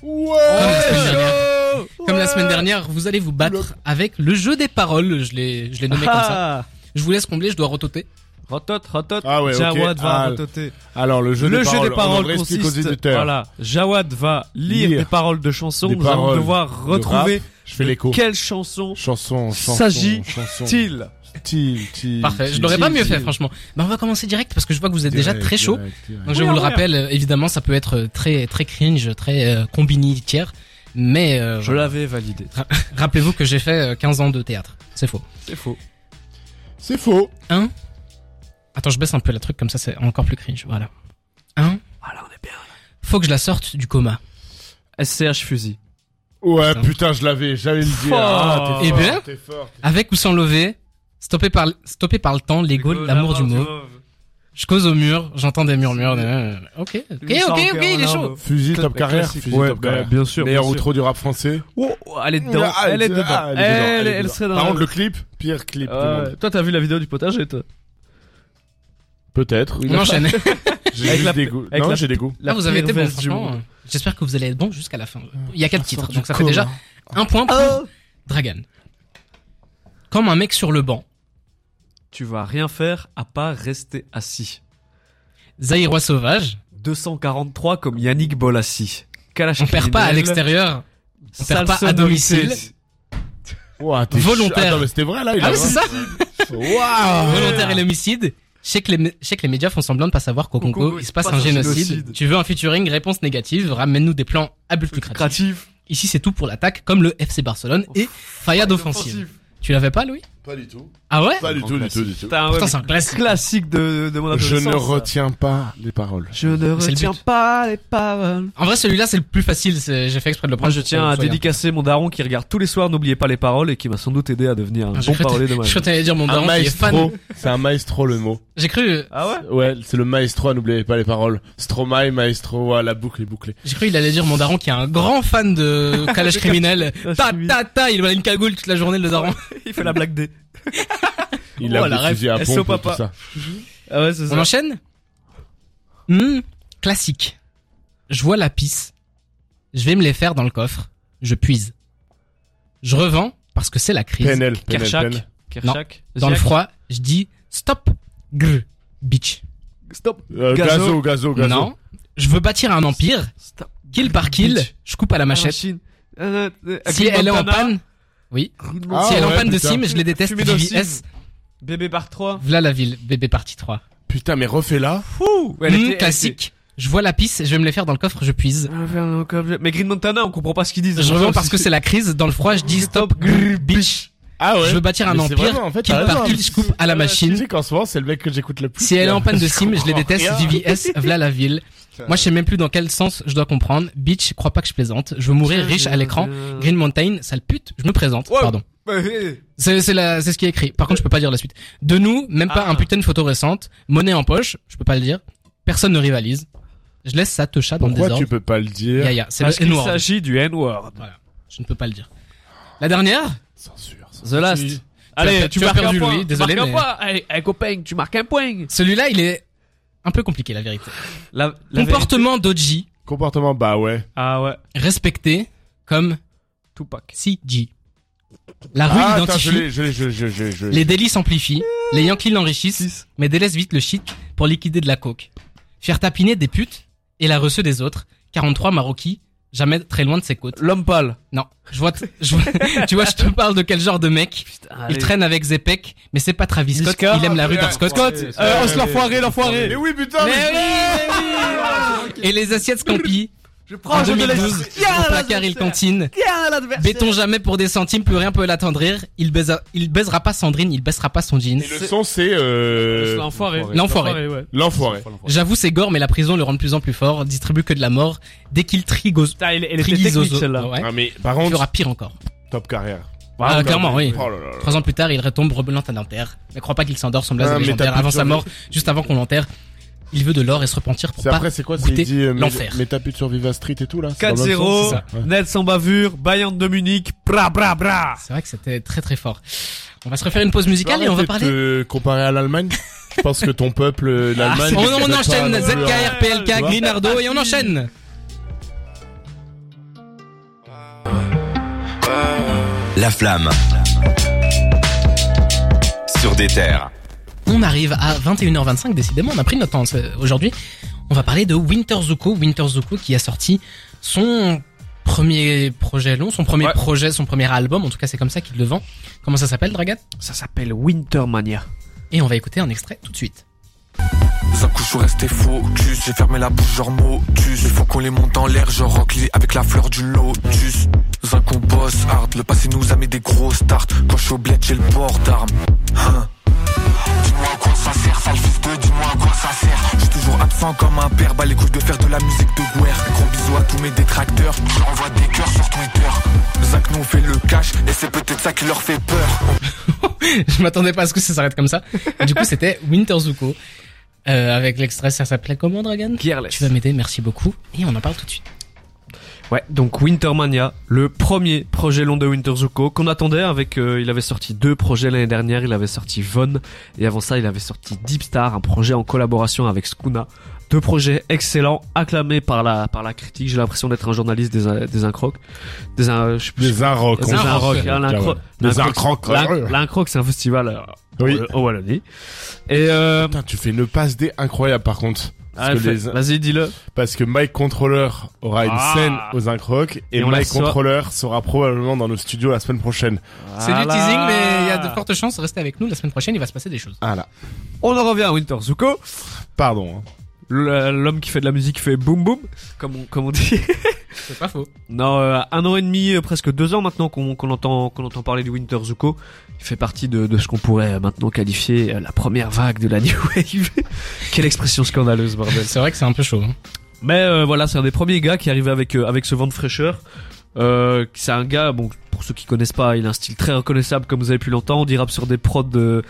S2: Comme la semaine dernière. Comme la semaine dernière, vous allez vous battre avec le jeu des paroles. Je l'ai, je l'ai nommé comme ça.
S3: Ah.
S2: Je vous laisse combler, je dois rototer.
S3: Rotot, rotot.
S4: Ah ouais, ok.
S3: Jawad va
S4: Ah,
S3: rototer.
S4: Alors le jeu
S3: le
S4: des
S3: jeu
S4: paroles,
S3: des paroles
S4: on en explique aux
S3: consiste.
S4: éditeurs.
S3: Voilà, Jawad va lire,
S4: Lire
S3: des paroles de chansons.
S4: des
S3: Nous allons
S4: paroles
S3: devoir
S4: de
S3: retrouver
S4: rap. Je fais l'écho.
S3: quelle chanson
S4: Chanson, chanson,
S3: s'agit-il
S4: Til, til,
S2: Parfait. Je
S4: til,
S2: l'aurais pas
S4: til,
S2: mieux fait,
S4: til.
S2: franchement. Ben, on va commencer direct parce que je vois que vous êtes déjà
S4: Direct,
S2: très chaud.
S4: direct, direct.
S2: Donc je vous le rappelle, euh, évidemment, ça peut être très très cringe, très euh, combini tiers, mais euh,
S3: Je l'avais validé.
S2: rappelez-vous que j'ai fait euh, 15 ans de théâtre. C'est faux.
S3: Ah, C'est faux.
S4: C'est faux.
S2: Attends, je baisse un peu la truc comme ça, c'est encore plus cringe. Voilà. Hein
S3: Voilà, on est bien.
S2: Faut que je la sorte du coma.
S3: SCH Fusil.
S4: Ouais,
S2: Putain.
S4: putain, je l'avais, j'allais le dire.
S3: Fort.
S4: Ah, t'es
S2: Eh
S4: fort,
S2: bien.
S4: t'es fort.
S2: Avec ou sans lever, stoppé par, stoppé par le temps, l'ego, l'amour du mot. Je cause au mur, j'entends des murmures. euh, Ok, ok, ok, ok, il est chaud.
S4: Fusil
S3: Clap-
S4: top carrière,
S3: classique.
S4: fusil
S3: Ouais,
S4: top
S3: bah,
S4: carrière.
S3: bien sûr,
S4: Meilleur
S3: bien sûr.
S4: outro du rap français.
S3: Oh, oh, elle est dedans.
S4: Ah,
S3: elle est dedans.
S4: ah,
S3: Elle,
S4: elle est dedans, elle est
S3: elle
S4: dedans.
S3: serait dans.
S4: Par
S3: la-
S4: contre, le clip, pire clip. du
S3: Ouais.
S4: monde.
S3: toi, t'as vu la vidéo du potager, toi
S4: Peut-être.
S2: On enchaîne.
S4: J'ai
S3: Avec
S4: juste
S3: la-
S4: des goûts.
S3: avec
S4: Non,
S3: la-
S4: j'ai des goûts.
S2: Là, vous avez
S3: pire hein.
S2: été
S3: Ah.
S2: bon,
S3: veste du
S2: franchement.
S3: monde.
S2: euh, J'espère que vous allez être bon jusqu'à la fin. Il y a quatre titres, donc ça fait déjà un point pour
S3: Oh.
S2: Dragan. Comme un mec sur le banc,
S3: Tu vas rien faire à part rester assis.
S2: Zaïrois sauvage,
S3: 243 comme Yannick Bolassi. Kalash
S2: on perd pas à l'extérieur. on perd pas à domicile. Ah
S4: Ouah, t'es
S2: Volontaire.
S4: ch- Attends, mais c'était vrai là, il
S2: Ah
S4: a
S2: oui, c'est ça
S4: Waouh
S2: Volontaire et l'homicide. Je sais, que les, mé- je sais que les médias font semblant de pas savoir qu'au
S3: Au
S2: Congo, il se passe un génocide. Tu veux un featuring Réponse négative. Ramène-nous des plans à but lucratif.
S3: Lucratif.
S2: Ici, c'est tout pour l'attaque, comme le FC Barcelone et Fayad offensive. Tu l'avais pas, Louis
S4: Pas du tout.
S2: Ah ouais
S4: Pas du tout, du tout, du tout.
S3: Putain, ouais,
S2: Pourtant,
S3: mais
S2: c'est un classique.
S3: classique de, de mon
S4: Je
S3: adolescence,
S4: ne
S3: ça.
S4: retiens pas les paroles.
S3: Je ne
S2: C'est le
S3: retiens
S2: but.
S3: pas les paroles.
S2: En vrai, celui-là, c'est le plus facile. c'est- J'ai fait exprès de le
S3: Moi,
S2: prendre.
S3: je tiens à
S2: Soyez un-
S3: dédicacer mon daron qui regarde tous les soirs N'oubliez pas les paroles et qui m'a sans doute aidé à devenir un
S2: Ah, je
S3: bon
S2: crois que-
S3: parolier de ma
S2: Je
S3: vie.
S2: comptais dire mon
S4: Un
S2: daron qui est fan.
S4: maestro. C'est un maestro le mot.
S2: J'ai cru,
S3: Ah ouais
S4: Ouais, c'est le maestro, n'oubliez pas les paroles. Stromae, maestro, ouais, la boucle est bouclée.
S2: j'ai cru il allait dire mon daron qui est un grand fan de Calage criminel.
S3: Ah,
S2: Ta
S3: oui.
S2: ta ta, il a une cagoule toute la journée le daron.
S3: Il fait la blague D.
S4: Il a
S2: Oh, la
S4: des
S2: ref,
S4: fusils à
S3: SO
S4: pompe et
S3: papa.
S4: tout ça.
S3: Ah ouais, c'est
S2: On
S3: ça.
S2: enchaîne Hmm, Classique. Je vois la pisse. Je vais me les faire dans le coffre. Je puise. Je revends parce que c'est la crise.
S4: PNL, PNL,
S3: Kershak.
S4: PNL.
S3: Kershak.
S2: Dans le froid, je dis stop. Grr. Bitch.
S3: Stop.
S4: Euh,
S3: Gazo.
S4: Gazo, gazo, gazo.
S2: Non. Je veux bâtir un empire.
S3: Stop.
S2: Kill par kill,
S3: Bitch.
S2: je coupe à la machette.
S3: Machine. Euh, euh,
S2: Si elle est en
S3: Montana.
S2: panne, oui.
S4: Ah
S2: si elle est en
S4: ouais,
S2: panne de
S4: putain.
S2: sim, je les déteste.
S3: Fumée d'ocyme.
S2: VVS.
S3: Bébé bar 3.
S2: Voilà la ville, bébé partie 3.
S4: Putain, mais refais-la.
S3: Fou.
S2: Hmm, classique. Je vois la pisse, je vais me les faire dans le coffre, je puise.
S3: Mais Green Montana, on comprend pas ce qu'ils disent.
S2: Je revends parce que c'est la crise, dans le froid, je dis stop, grrr, bitch.
S4: Ah ouais.
S2: Je veux bâtir un
S4: Mais c'est
S2: empire,
S4: vraiment, en fait,
S2: kill
S4: t'as
S2: par
S4: raison.
S2: kill, je coupe à la
S4: Tu
S2: machine.
S4: sais qu'en ce moment, c'est le mec que j'écoute le plus.
S2: Si elle est en panne de sim, je les déteste,
S4: rien.
S2: VVS, v'là la ville. Moi, je sais même plus dans quel sens je dois comprendre. Bitch, crois pas que je plaisante. Je veux mourir riche à l'écran. Green Mountain, sale pute, je me présente.
S3: Ouais.
S2: Pardon.
S3: Ouais.
S2: C'est c'est la- c'est ce qui est écrit. Par contre, je peux pas dire la suite. De nous, même pas
S3: Ah.
S2: un putain de photo récente. Monnaie en poche, je peux pas le dire. Personne ne rivalise. Je laisse ça te chat dans le
S4: Pourquoi
S2: désordre.
S4: tu peux pas le dire
S2: Yaya, c'est
S3: Parce
S2: le
S3: qu'il
S2: N-word.
S3: s'agit du N-word.
S2: Je ne peux pas le dire. La dernière
S4: Censure. censure.
S3: The Last.
S2: Tu-
S3: Allez,
S2: as-
S3: tu,
S2: tu as
S3: marques
S2: perdu,
S3: un point.
S2: Louis, désolé,
S3: Tu marques
S2: mais-
S3: un point. Allez, allez, copain, tu marques un point.
S2: Celui-là, il est un peu compliqué, la vérité.
S3: La, la
S2: Comportement d'Oji,
S4: Comportement, bah ouais.
S3: Ah ouais.
S2: respecté comme
S3: Tupac.
S2: CG. La rue
S4: Ah, attends,
S2: identifie,
S4: je l'ai, je l'ai, je l'ai, je l'ai, je l'ai, je l'ai.
S2: les délits s'amplifient, les Yankees l'enrichissent,
S3: Six.
S2: mais délaissent vite le shit pour liquider de la coke. Faire tapiner des putes et la reçue des autres, 43 Maroquis, jamais très loin de ses côtes.
S3: L'homme pâle.
S2: Non, je vois, t- je vois- tu vois, je te parle de quel genre de mec. Il traîne avec Zepek, mais c'est pas Travis Scott,
S3: Niska.
S2: il aime la rue
S4: Ah,
S2: d'Arscott.
S4: Scott.
S3: Euh, Os l'enfoiré, l'enfoiré.
S4: Ah, Mais oui, putain, mais-
S2: Et les assiettes Scampi.
S3: Ah, Je prends
S2: En
S3: je te
S2: 2012,
S3: laisse.
S2: au placard il cantine.
S3: Tiens, l'adversaire.
S2: Béton jamais pour des centimes, plus rien peut l'attendrir. Il, baisa- il baisera pas Sandrine, il baissera pas son jean.
S4: Et le son, c'est, euh,
S3: L'enfoiré.
S2: L'enfoiré.
S3: ouais.
S4: L'enfoiré.
S2: J'avoue, c'est gore, mais la prison le rend de plus en plus fort, distribue que de la mort. Dès qu'il trigose,
S3: Putain, elle, elle était technique
S2: trigozo,
S3: celle-là.
S2: ouais,
S4: Ah, mais par
S2: il
S4: contre,
S2: fera pire encore.
S4: top carrière.
S2: Ah, clairement, oui.
S4: Oh là là là.
S2: Trois ans plus tard, il retombe rebelant à l'enterre. Mais crois pas qu'il s'endort, son blaze
S4: Ah,
S2: est
S4: mais
S2: légendaire.
S4: t'as plus
S2: Avant
S4: de
S2: sa
S4: survie.
S2: mort, juste avant qu'on l'enterre, il veut de l'or et se repentir pour
S4: C'est
S2: pas.
S4: après, c'est quoi c'est
S2: goûter
S4: Il dit euh, mais-
S2: l'enfer.
S4: Mais t'as pu te survivre à Street et tout là c'est dans le même sens
S3: 4-0,
S4: Ouais.
S3: net sans bavure, Bayern de Munich, bra bra bra.
S2: C'est vrai que c'était très très fort. On va se refaire une pause musicale et on va
S4: Arrête de
S2: parler. Ah,
S4: te comparer euh, à l'Allemagne. Je pense que ton peuple, euh, l'Allemagne.
S2: On,
S4: n'a
S2: on
S4: pas hein.
S2: enchaîne
S4: de-
S2: ZKR, PLK,
S4: Tu vois
S2: Grinardo et on enchaîne.
S1: La flamme. Sur des terres.
S2: On arrive à 21h25, décidément, on a pris notre temps c'est- aujourd'hui. On va parler de Winter Zuko. Winter Zuko qui a sorti son premier projet long, son premier
S3: Ouais.
S2: projet, son premier album, en tout cas c'est comme ça qu'il le vend. Comment ça s'appelle, Dragat
S3: Ça s'appelle Wintermania.
S2: Et on va écouter un extrait tout de suite.
S7: Les accouches sont restés focus, j'ai fermé la bouche genre motus Il faut qu'on les monte en l'air, genre rock Lee avec la fleur du lotus Zin qu'on bosse hard, le passé nous a mis des grosses tartes Quand je suis au bled j'ai le port d'armes Hein. Dis-moi à quoi ça ça sert Sale fils de dis-moi à quoi ça sert Je suis toujours absent comme un père Bah les couilles de faire de la musique de guerre Gros bisous à tous mes détracteurs J'envoie des cœurs sur Twitter Zach nous fait le cash Et c'est peut-être ça qui leur fait peur
S2: Je m'attendais pas à ce que ça s'arrête comme ça. Du coup, c'était Winter Zuko. Euh, avec l'extrait, ça s'appelait comment, Dragon
S3: Gearless.
S2: Tu vas m'aider, merci beaucoup. Et on en parle tout de suite.
S3: Ouais, donc Wintermania, le premier projet long de Winter Zuko qu'on attendait avec euh, il avait sorti deux projets l'année dernière, il avait sorti Von et avant ça, il avait sorti Deep Star, un projet en collaboration avec Skuna. Deux projets excellents, acclamés par la par la critique. J'ai l'impression d'être un journaliste des un- des incrocs, des un, je sais plus-
S4: Des Arocs.
S3: des Inrocks, hein, l'incro-
S4: Des
S3: l'incroc-
S4: Arocs.
S3: l'in- l'incroc, c'est un festival euh,
S4: Oui.
S3: au au Wallonie. Et euh,
S4: Putain, tu fais une passe D incroyable par contre. Parce,
S3: ah,
S4: que,
S3: fais-
S4: les-
S3: vas-y, dis-le.
S4: parce que Mike Controller aura une
S3: Ah.
S4: scène aux Incrocs et,
S3: Et on la
S4: Mike
S3: reçoit.
S4: Controller sera probablement dans nos studios la semaine prochaine.
S2: C'est du
S3: Voilà.
S2: teasing, mais il y a de fortes chances. Restez avec nous la semaine prochaine, il va se passer des choses.
S4: Ah là.
S3: On en revient à Winter Zuko.
S4: Pardon. hein.
S3: Le- L'homme qui fait de la musique fait boum boum, comme on, comme on dit.
S2: C'est pas faux.
S3: Non, euh, un an et demi, euh, presque deux ans maintenant qu'on qu'on entend, qu'on entend parler du Winter Zuko. Il fait partie de, de ce qu'on pourrait euh, maintenant qualifier euh, la première vague de la New Wave. Quelle expression scandaleuse, bordel.
S2: C'est vrai que c'est un peu chaud. hein.
S3: Mais euh, voilà, c'est un des premiers gars qui est arrivé avec, euh, avec ce vent de fraîcheur. Euh, c'est un gars, bon, pour ceux qui connaissent pas, il a un style très reconnaissable comme vous avez pu l'entendre. Il rappe sur des prods de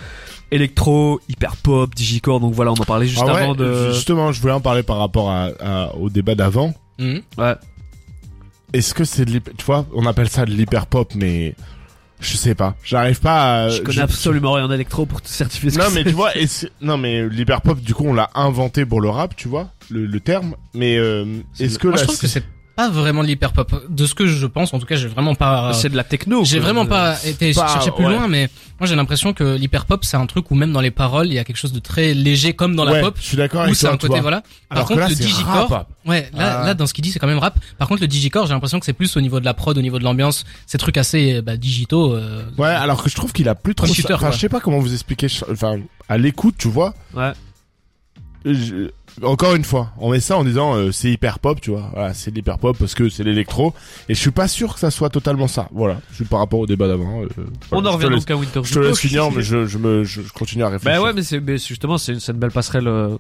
S3: électro, hyper pop, digicore. Donc voilà, on en parlait juste
S4: Ah ouais,
S3: avant de.
S4: Justement, je voulais en parler par rapport à- à- au débat d'avant.
S2: Mhm.
S4: euh,
S3: Ouais.
S4: Est-ce que c'est de l'hyper... Tu vois, on appelle ça de l'hyper pop, mais... Je sais pas. J'arrive pas à...
S3: je connais absolument rien d'électro pour te certifier ce
S4: Non
S3: que
S4: mais
S3: c'est.
S4: tu vois, et c'est- non mais l'hyper pop du coup on l'a inventé pour le rap, tu vois, le, le terme. Mais euh,
S3: C'est
S4: est-ce
S3: le-
S4: que
S2: Moi,
S4: la-
S2: je trouve que c'est pas vraiment de l'hyper pop. De ce que je pense, en tout cas, j'ai vraiment
S4: Ah,
S2: pas.
S3: C'est de la techno.
S2: J'ai
S3: quoi.
S2: vraiment pas été
S4: euh, pas-
S2: chercher plus
S4: ouais.
S2: loin, mais moi j'ai l'impression que l'hyper pop c'est un truc où même dans les paroles il y a quelque chose de très léger comme dans la
S4: Ouais,
S2: pop.
S4: Je suis d'accord
S2: Où
S4: avec
S2: c'est
S4: toi.
S2: un
S4: tu
S2: côté
S4: vois.
S2: voilà. Par
S4: Alors que
S2: contre
S4: là,
S2: le
S4: c'est
S2: digicore,
S4: rap.
S2: ouais, là,
S4: Ah.
S2: là dans ce qu'il dit c'est quand même rap. Par contre le digicore, j'ai l'impression que c'est plus au niveau de la prod, au niveau de l'ambiance, ces trucs assez bah, digitaux. euh,
S4: Ouais, alors que je trouve qu'il a plus trop. ça.
S2: Shooter,
S4: Enfin,
S2: quoi.
S4: je sais pas comment vous expliquer. je- Enfin, à l'écoute, tu vois.
S3: Ouais.
S4: je- Encore une fois, on met ça en disant euh, c'est hyper pop, tu vois. Voilà, c'est de l'hyper pop parce que c'est l'électro. Et je suis pas sûr que ça soit totalement ça. Voilà, je suis par rapport au débat d'avant. euh,
S3: On
S4: voilà,
S3: en
S4: je te
S3: revient
S4: laisse-
S3: donc à Winter
S4: Je te laisse finir, mais je, je me, je, je continue à réfléchir.
S3: Bah ouais, mais c'est mais justement, c'est une, c'est une belle passerelle euh,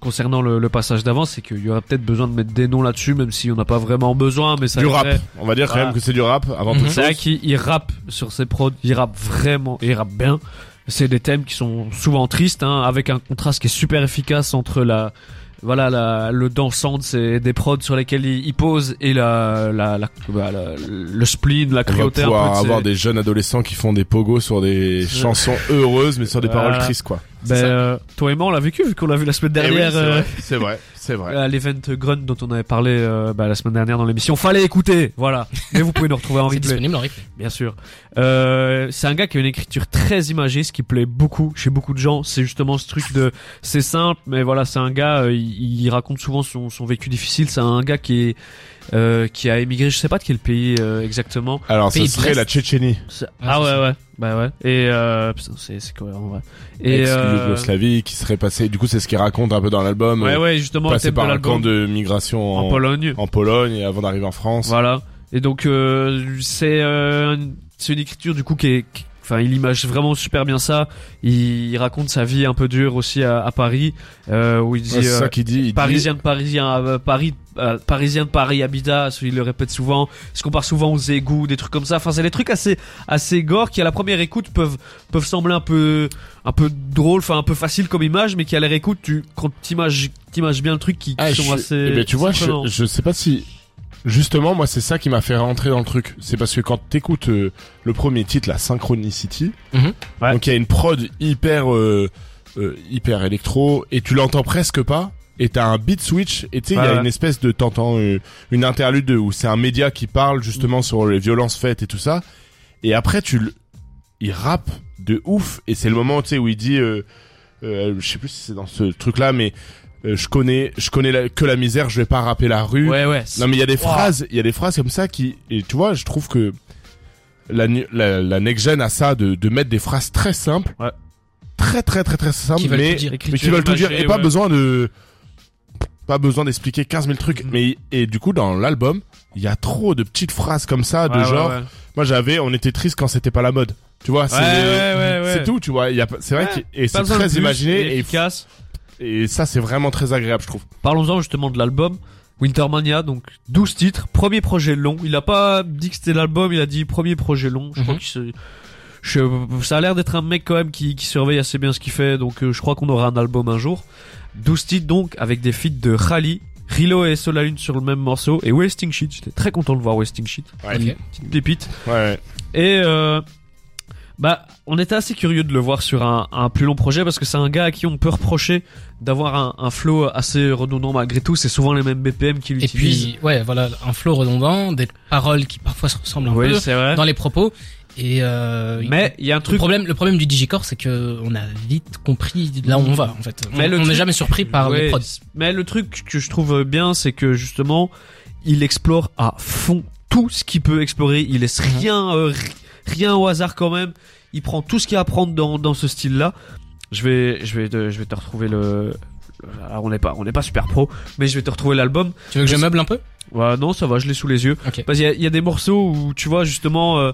S3: concernant le, le passage d'avant. C'est qu'il y aurait peut-être besoin de mettre des noms là-dessus, même si on n'a pas vraiment besoin. Mais ça
S4: du rap.
S3: aiderait.
S4: On va dire quand
S3: Voilà.
S4: même que c'est du rap avant
S2: Mhm.
S4: toute
S3: C'est
S4: chose.
S3: vrai qu'il il rappe sur ses prods. Il rappe vraiment. Il rappe bien. C'est des thèmes qui sont souvent tristes, hein, avec un contraste qui est super efficace entre la. Voilà la, le dansant de ses- des prods sur lesquels il, il pose et la, la, la- bah, la- le spleen, la
S4: On va
S3: cruauté un peu
S4: pouvoir
S3: de ses-
S4: avoir des jeunes adolescents qui font des pogos sur des
S3: C'est-
S4: chansons heureuses mais sur des
S3: Voilà.
S4: paroles tristes quoi.
S3: Ben, euh, toi et moi, on l'a vécu, vu qu'on l'a vu la semaine
S4: Eh oui,
S3: dernière
S4: c'est
S3: euh,
S4: vrai, c'est vrai, c'est vrai.
S3: à l'event Grunt dont on avait parlé euh, bah, la semaine dernière dans l'émission. Fallait écouter, voilà. Mais vous pouvez nous retrouver en
S2: c'est
S3: replay,
S2: disponible en replay.
S3: bien sûr. Euh, c'est un gars qui a une écriture très imagée, ce qui plaît beaucoup chez beaucoup de gens. C'est justement ce truc de, c'est simple, mais voilà, c'est un gars, euh, il, il raconte souvent son, son vécu difficile. C'est un gars qui est, euh, qui a émigré, je sais pas de quel pays euh, exactement.
S4: Alors ce
S2: Pays de
S4: serait
S2: l'Est.
S4: la Tchétchénie,
S3: C'est-
S2: Ah,
S3: Ah
S2: c'est
S3: ouais,
S2: ça.
S3: ouais, bah ouais. Et euh, putain, c'est c'est cohérent, ouais. Et euh,
S4: ex-Yougoslavie qui serait passée. Du coup c'est ce qu'il raconte un peu dans l'album.
S3: ouais,
S4: euh,
S3: ouais, justement, le
S4: Passé
S3: thème de
S4: par un
S3: l'album
S4: camp de migration
S3: en
S4: en,
S3: Pologne.
S4: en Pologne et avant d'arriver en France.
S3: Voilà. Et donc euh, c'est euh, une- c'est une écriture du coup qui est qui- Enfin, il image vraiment super bien ça. Il, il raconte sa vie un peu dure aussi à, à Paris, euh, où il dit
S4: Ouais, c'est
S3: euh,
S4: ça qu'il dit. il dit-
S3: Parisien de Parisien, euh, Paris, euh, Parisien de Paris habitat, il le répète souvent, il se compare souvent aux égouts, des trucs comme ça. Enfin, c'est des trucs assez, assez gore qui à la première écoute peuvent, peuvent sembler un peu, un peu drôle, enfin un peu facile comme image, mais qui à la réécoute, tu, quand t'images, t'images bien le truc, qui, qui
S4: Ah, je
S3: sont
S4: suis-
S3: assez.
S4: Eh ben, tu vois, je,
S3: surprenants.
S4: je sais pas si. Justement, moi, c'est ça qui m'a fait rentrer dans le truc. C'est parce que quand t'écoutes euh, le premier titre, la Synchronicity,
S2: Mhm.
S3: Ouais.
S4: donc il y a une prod hyper euh, euh, hyper électro et tu l'entends presque pas. Et t'as un beat switch et tu sais il y
S3: Ouais,
S4: a
S3: ouais.
S4: une espèce de t'entends euh, une interlude où c'est un média qui parle justement
S3: Mm.
S4: sur les violences faites et tout ça. Et après tu le- il rappe de ouf et c'est le moment tu sais où il dit euh, euh, je sais plus si c'est dans ce truc là mais euh, je connais je connais la- que la misère je vais pas rapper la rue
S3: Ouais, ouais.
S4: non mais il y a des phrases, il y a des phrases comme ça qui et tu vois, je trouve que la nu- la, la next gen a ça de de mettre des phrases très simples.
S3: Ouais.
S4: Très très très très simples
S2: Qui veulent
S4: mais
S2: tout dire.
S4: mais qui veulent tout dire et pas besoin de pas besoin d'expliquer 15 000 trucs
S2: Mm.
S3: Mhm.
S4: mais et du coup dans l'album, il y a trop de petites phrases comme ça de genre moi j'avais on était triste quand c'était pas la mode. Tu vois, c'est
S3: Ouais, ouais, ouais, ouais.
S4: c'est tout, tu vois. Il y a pas- C'est vrai
S3: Ouais.
S4: que et
S3: Pas
S4: c'est
S3: besoin de
S4: très
S3: plus,
S4: imaginé
S3: et
S4: et,
S3: efficace.
S4: et ça c'est vraiment très agréable, je trouve.
S3: Parlons-en justement de l'album. Wintermania, donc 12 titres, premier projet long. Il a pas dit que c'était l'album, il a dit premier projet long. Je crois
S2: Mhm.
S3: qu'il se- je- ça a l'air d'être un mec quand même qui, qui surveille assez bien ce qu'il fait, donc euh, je crois qu'on aura un album un jour. 12 titres donc, avec des feats de Khali, Rilo et Solalune sur le même morceau, et Wasting Shit. J'étais très content de voir Wasting Shit.
S4: Ouais.
S2: Ok.
S3: Petite pépite.
S4: Ouais, ouais.
S3: Et euh, bah, on était assez curieux de le voir sur un, un plus long projet parce que c'est un gars à qui on peut reprocher d'avoir un, un flow assez redondant malgré tout. C'est souvent les mêmes BPM qu'il
S2: Et
S3: utilise.
S2: puis, ouais, voilà, un flow redondant, des paroles qui parfois se ressemblent un
S3: oui, c'est vrai.
S2: peu dans les propos. Et euh,
S3: Mais il y a un
S2: le
S3: truc.
S2: problème, le problème du digicore, c'est que on a vite compris là où on va en fait. On-
S3: Mais le
S2: on n'est
S3: truc-
S2: jamais surpris par
S3: Ouais,
S2: les prods.
S3: Mais le truc que je trouve bien, c'est que justement, il explore à fond tout ce qu'il peut explorer. Il laisse rien, euh, ri- rien au hasard quand même. Il prend tout ce qu'il y a à prendre dans, dans ce style-là. Je vais, je vais, te, je vais te retrouver le. le- alors, on n'est pas, on n'est pas super pro, mais je vais te retrouver l'album.
S2: Tu veux que je meuble un peu
S3: Ouais, non, ça va, je l'ai sous les yeux.
S2: Ok.
S3: Parce qu'il y a- il y, a des morceaux où tu vois justement. euh,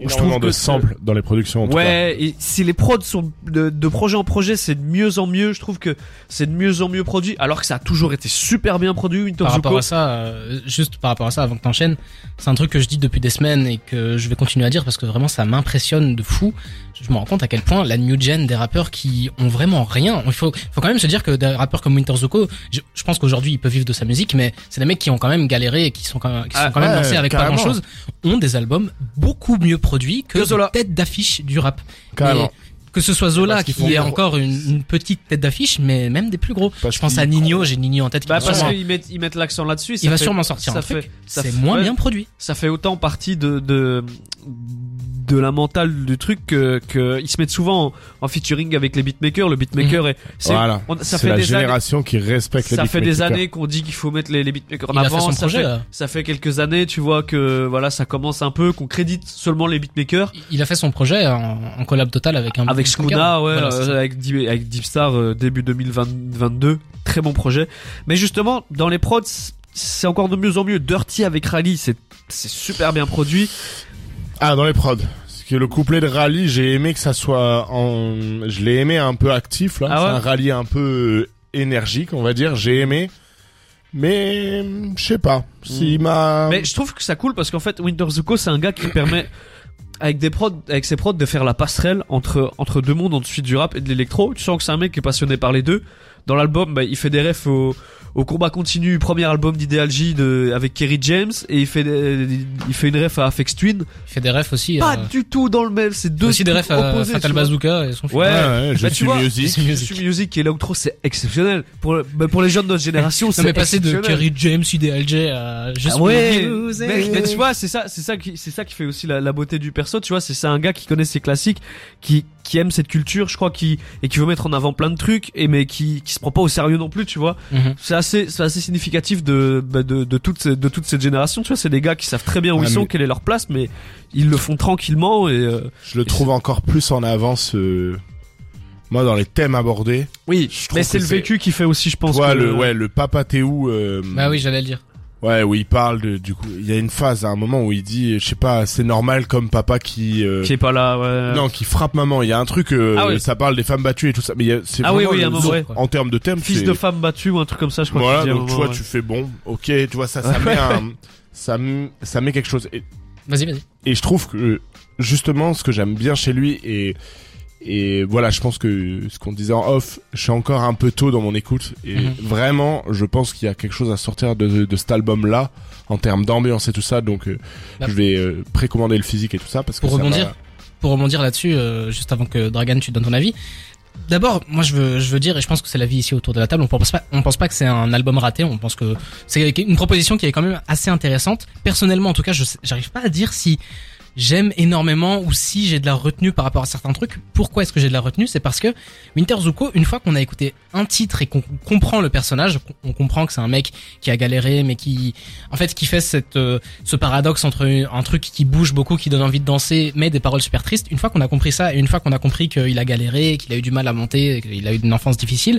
S3: où je
S4: Énormément
S3: trouve
S4: de
S3: que-
S4: samples dans les productions. En tout cas.
S3: Ouais, et si les prods sont de, de projet en projet, c'est de mieux en mieux. Je trouve que c'est de mieux en mieux produit, alors que ça a toujours été super bien produit. Winter
S2: Par rapport
S3: Zuko.
S2: à ça, euh, juste par rapport à ça, avant que t'enchaînes, c'est un truc que je dis depuis des semaines et que je vais continuer à dire parce que vraiment ça m'impressionne de fou. Je me rends compte à quel point la new gen des rappeurs qui ont vraiment rien. Il faut, faut quand même se dire que des rappeurs comme Winter Zuko, je, je pense qu'aujourd'hui ils peuvent vivre de sa musique, mais c'est des mecs qui ont quand même galéré et qui sont quand même, qui sont
S3: Ah,
S2: quand même
S4: ouais,
S2: lancés avec
S4: carrément.
S2: pas grand chose, ont des albums beaucoup mieux produits que,
S3: Que Zola.
S2: les têtes d'affiche du rap.
S4: Carrément.
S2: Et que ce soit Zola
S4: Parce qu'ils
S2: qui est
S4: font-
S2: encore une, une petite tête d'affiche, mais même des plus gros.
S4: Parce
S2: je pense à
S4: qu'ils-
S2: Nino, j'ai Nino en tête. qui
S3: Bah
S2: va
S3: parce
S2: sûrement-
S3: qu'ils mettent, ils mettent l'accent là-dessus. ça
S2: il va
S3: fait-
S2: sûrement sortir
S3: ça
S2: un truc.
S3: fait- ça
S2: C'est
S3: fait-
S2: moins
S3: ouais,
S2: bien produit.
S3: Ça fait autant partie de de de la mentale du truc que, que ils se mettent souvent en, en featuring avec les beatmakers. Le
S2: Mmh.
S3: beatmaker est, c'est-
S4: Voilà.
S3: on- ça
S4: C'est
S3: fait
S4: la
S3: des années.
S4: génération qui respecte les
S3: ça fait des
S4: beatmakers.
S3: années qu'on dit qu'il faut mettre les, les beatmakers en
S2: Il a
S3: avant.
S2: fait son
S3: ça,
S2: projet, euh,
S3: fait,
S2: là.
S3: ça fait quelques années, tu vois, que voilà, ça commence un peu, qu'on crédite seulement les beatmakers.
S2: Il a fait son projet en, en collab total avec un
S3: Avec
S2: beatmaker.
S3: Skuna, ouais,
S2: Voilà,
S3: euh,
S2: c'est ça.
S3: avec, Deep- avec Deep Star euh, début 2022, très bon projet. Mais justement, dans les prods, c'est encore de mieux en mieux. Dirty avec Rally, c'est c'est super bien produit.
S4: Ah, dans les prods. Parce que le couplet de rallye, j'ai aimé que ça soit en, je l'ai aimé un peu actif, là.
S3: Ah
S4: c'est
S3: ouais
S4: un rallye un peu euh, énergique, on va dire. J'ai aimé. Mais, hum, je sais pas. S'il
S2: Ah
S4: m'a...
S3: Hmm. Mais je trouve que ça cool parce qu'en fait, Winter Zuko, c'est un gars qui permet avec des prods, avec ses prods de faire la passerelle entre entre deux mondes, entre celui du rap et de l'électro. Tu sens que c'est un mec qui est passionné par les deux. Dans l'album, bah, il fait des refs au, au combat continu, premier album d'Ideal J de, avec Kerry James, et il fait des- il fait une ref à Afex Twin.
S2: Il fait des refs aussi.
S3: Pas
S2: euh,
S3: du tout dans le même, c'est deux
S2: aussi des refs
S3: trucs
S2: à
S3: opposés,
S2: Fatal
S3: tu vois.
S2: Bazooka et son film.
S3: Ouais,
S4: Ouais, ouais, je
S3: bah, tu
S4: suis
S3: vois,
S4: music.
S2: C'est music.
S3: Je suis musique et l'outro c'est exceptionnel pour bah, pour les jeunes de notre génération.
S2: Non
S3: c'est
S2: mais passer de Kerry
S3: exceptionnel.
S2: James, Idéal J à juste
S3: Ah ouais, mais, mais tu vois, c'est ça, c'est ça qui, c'est ça qui fait aussi la, la beauté du perso. Tu vois, c'est ça un gars qui connaît ses classiques, qui, qui aime cette culture, je crois, qui et qui veut mettre en avant plein de trucs, et mais qui, qui se prend pas au sérieux non plus, tu vois.
S2: Mhm.
S3: C'est assez, c'est assez significatif de, bah, de, de toute, ce- de toute cette génération. Tu vois, c'est des gars qui savent très bien où
S4: Ouais,
S3: ils sont,
S4: mais-
S3: quelle est leur place, mais ils le font tranquillement et. euh,
S4: Je le trouve encore plus en avance, euh, moi, dans les thèmes abordés.
S3: oui,
S4: trouve
S3: mais c'est
S4: que
S3: le
S4: c'est-
S3: vécu qui fait aussi, je pense.
S4: Toi,
S3: que-
S4: le, ouais, le papa t'es où, euh,
S2: Bah oui, j'allais le dire.
S4: Ouais, où il parle de, du coup, il y a une phase à un moment où il dit, je sais pas, c'est normal comme papa qui, euh,
S3: Qui est pas là. Ouais.
S4: non, qui frappe maman. Il y a un truc, euh,
S3: Ah oui.
S4: ça parle des femmes battues et tout ça, mais il y a- c'est
S3: Ah oui,
S4: vraiment
S3: oui, à un
S4: le-
S3: moment, ouais.
S4: en termes de thème,
S3: Fils
S4: c'est-
S3: de femme battue ou un truc comme ça, je crois.
S4: Voilà,
S3: qu'il dit à un
S4: donc tu
S3: moment,
S4: vois,
S3: ouais.
S4: tu fais bon, ok, tu vois, ça, ça met un, ça, m- ça met quelque chose. Et,
S2: Vas-y, vas-y.
S4: et je trouve que, justement, ce que j'aime bien chez lui et, et voilà, je pense que ce qu'on disait en off, je suis encore un peu tôt dans mon écoute et
S2: Mhm.
S4: vraiment, je pense qu'il y a quelque chose à sortir de, de, de cet album-là en termes d'ambiance et tout ça, donc euh,
S2: Bah.
S4: je vais euh, précommander le physique et tout ça parce que
S2: Pour
S4: ça
S2: rebondir,
S4: m'a-
S2: Pour rebondir là-dessus, euh, juste avant que Dragan tu donnes ton avis. D'abord, moi je veux, je veux dire, et je pense que c'est la vie ici autour de la table, on pense pas, on pense pas que c'est un album raté, on pense que c'est une proposition qui est quand même assez intéressante. Personnellement, en tout cas, je sais- j'arrive pas à dire si j'aime énormément ou si j'ai de la retenue par rapport à certains trucs. Pourquoi est-ce que j'ai de la retenue C'est parce que Winter Zuko, une fois qu'on a écouté un titre et qu'on comprend le personnage, qu'on- on comprend que c'est un mec qui a galéré, mais qui, en fait, qui fait cette, euh, ce paradoxe entre un truc qui bouge beaucoup, qui donne envie de danser, mais des paroles super tristes. Une fois qu'on a compris ça et une fois qu'on a compris qu'il a galéré, qu'il a eu du mal à monter, qu'il a eu une enfance difficile,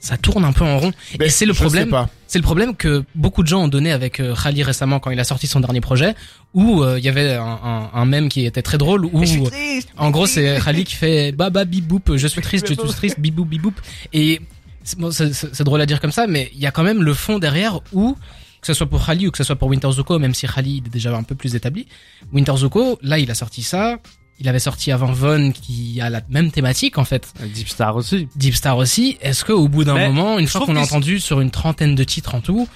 S2: ça tourne un peu en rond.
S4: Mais
S2: et c'est le
S4: je sais
S2: problème.
S4: pas.
S2: C'est le problème que beaucoup de gens ont donné avec euh, Khali récemment quand il a sorti son dernier projet, où euh, il y avait un, un, un mème qui était très drôle, où euh, en gros c'est Khali qui fait baba biboop, je suis triste, je suis triste, bibou biboop, et c'est bon, c'est- c'est c'est drôle à dire comme ça, mais il y a quand même le fond derrière où que ce soit pour Khali ou que ce soit pour Winter Zuko, même si Khali il est déjà un peu plus établi, Winter Zuko, là il a sorti ça, il avait sorti avant Von qui a la même thématique en fait,
S3: Deep Star aussi.
S2: Deep Star aussi. Est-ce que au bout d'un
S3: Mais
S2: moment, une
S3: je
S2: fois
S3: trouve
S2: qu'on a
S3: que c'est-
S2: entendu sur une trentaine de titres en tout,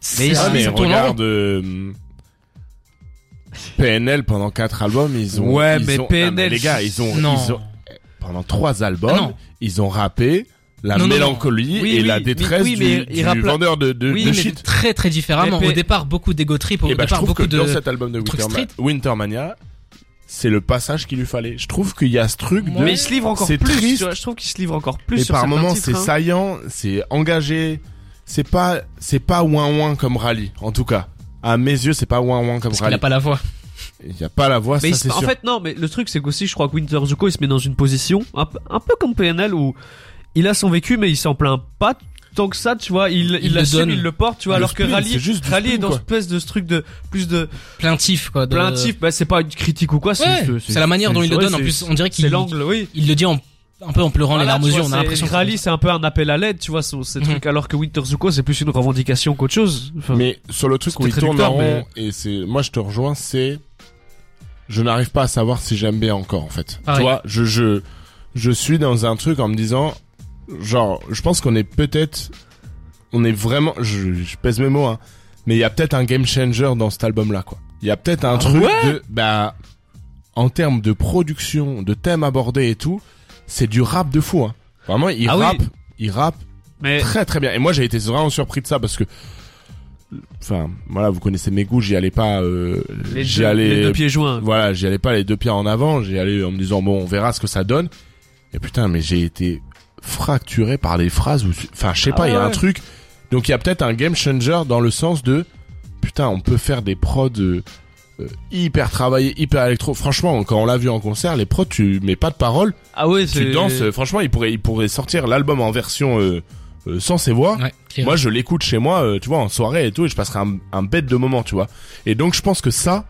S2: c'est
S4: Ah,
S2: ça
S4: mais
S2: tourne en rond.
S4: regarde. euh, PNL pendant quatre albums, ils ont.
S3: Ouais,
S4: ils
S3: mais
S4: ont- non,
S3: PNL,
S4: les gars, ils ont.
S2: non.
S4: ils ont- pendant trois albums,
S2: Ah, non.
S4: ils ont rappé la
S2: Non, non, non.
S4: mélancolie
S3: Oui,
S4: et
S3: oui,
S4: la
S3: mais-
S4: détresse
S3: oui,
S4: du,
S3: mais il
S4: du
S3: rappela-
S4: vendeur de, de,
S3: Oui,
S4: de
S2: mais
S4: shit.
S2: très très différemment.
S3: Mais-
S2: Au départ, beaucoup d'ego trip, au
S4: Et bah, je
S2: départ,
S4: trouve que
S2: beaucoup de.
S4: dans cet album de
S2: trucs
S4: Winterma-
S2: street.
S4: Wintermania, c'est le passage qu'il lui fallait. Je trouve qu'il y a ce truc de.
S3: Mais il se livre encore
S4: C'est
S3: plus.
S4: triste.
S3: tu vois, je trouve qu'il se livre encore plus.
S4: Et
S3: sur
S4: par
S3: certains
S4: moments,
S3: titres,
S4: c'est
S3: hein.
S4: saillant, c'est engagé. C'est pas, c'est pas ouin ouin comme Rally, en tout cas. À mes yeux, c'est pas ouin ouin comme
S2: Parce qu'il
S4: Rally.
S2: a pas la voix.
S4: Il n'y a pas la voix,
S3: Mais il
S4: ça
S3: se-
S4: c'est
S3: en
S4: sûr.
S3: fait, non, mais le truc, c'est qu'aussi, je crois que Winter Zuko, il se met dans une position un, peu- un peu comme PNL où il a son vécu, mais il s'en plaint pas tant que ça, tu vois. Il,
S2: Il
S3: il
S2: le
S3: l'assume,
S2: donne.
S3: il le porte, tu vois.
S4: Le
S3: alors que
S4: spleen,
S3: Rally,
S4: c'est juste du
S3: Rally est
S4: spleen,
S3: dans
S4: quoi.
S3: une espèce de ce truc de plus de
S2: Plaintif, quoi. de-
S3: plaintif. Bah, c'est pas une critique ou quoi, c'est
S2: Ouais,
S3: c'est-
S2: c'est la manière dont il le
S3: ouais,
S2: donne. En
S3: c'est-
S2: plus, on dirait qu'il
S3: C'est l'angle, oui.
S2: il le dit en- un peu en pleurant les
S3: Voilà,
S2: larmes aux
S3: tu
S2: yeux.
S3: vois,
S2: On a
S3: c'est-
S2: l'impression. que-
S3: Rally, c'est un peu un appel à l'aide, tu vois, ce- ces
S2: Mhm.
S3: trucs. Alors que Winter Zuko, c'est plus une revendication qu'autre chose. Enfin,
S4: Mais sur le truc où il
S3: C'était
S4: tourne en rond,
S3: traducteur,
S4: et c'est, moi je te rejoins, c'est, je n'arrive pas à savoir si j'aime bien encore, en fait.
S2: Pareil.
S4: Tu vois, je, je, je suis dans un truc en me disant, genre, je pense qu'on est peut-être, on est vraiment, je, je pèse mes mots, hein, mais il y a peut-être un game changer dans cet album-là, quoi. Il y a peut-être
S3: Ah
S4: un truc de, bah, en termes de production, de thèmes abordés et tout, c'est du rap de fou, hein. Vraiment, il
S3: Ah oui.
S4: rappe, il rappe
S3: mais
S4: très très bien. Et moi j'ai été vraiment surpris de ça parce que, enfin voilà, vous connaissez mes goûts, j'y allais pas, euh,
S3: les
S4: j'y
S3: deux,
S4: allais,
S3: les deux pieds joints.
S4: voilà, j'y allais pas les deux pieds en avant, j'y allais en me disant bon on verra ce que ça donne. Et putain mais j'ai été fracturé par des phrases où, enfin je sais
S3: Ah
S4: pas, il y a
S3: ouais,
S4: un
S3: ouais.
S4: truc. Donc il y a peut-être un game changer dans le sens de putain on peut faire des prods. euh, euh, hyper travaillés hyper électro. Franchement, quand on l'a vu en concert, les prods, tu mets pas de paroles,
S3: Ah ouais, c'est.
S4: tu danses. euh, Franchement, il pourrait, il pourrait sortir l'album en version euh, euh, sans ses voix.
S2: Ouais, clair.
S4: Moi, je l'écoute chez moi, euh, tu vois, en soirée et tout, et je passerai un, un bête de moment, tu vois. Et donc, je pense que ça,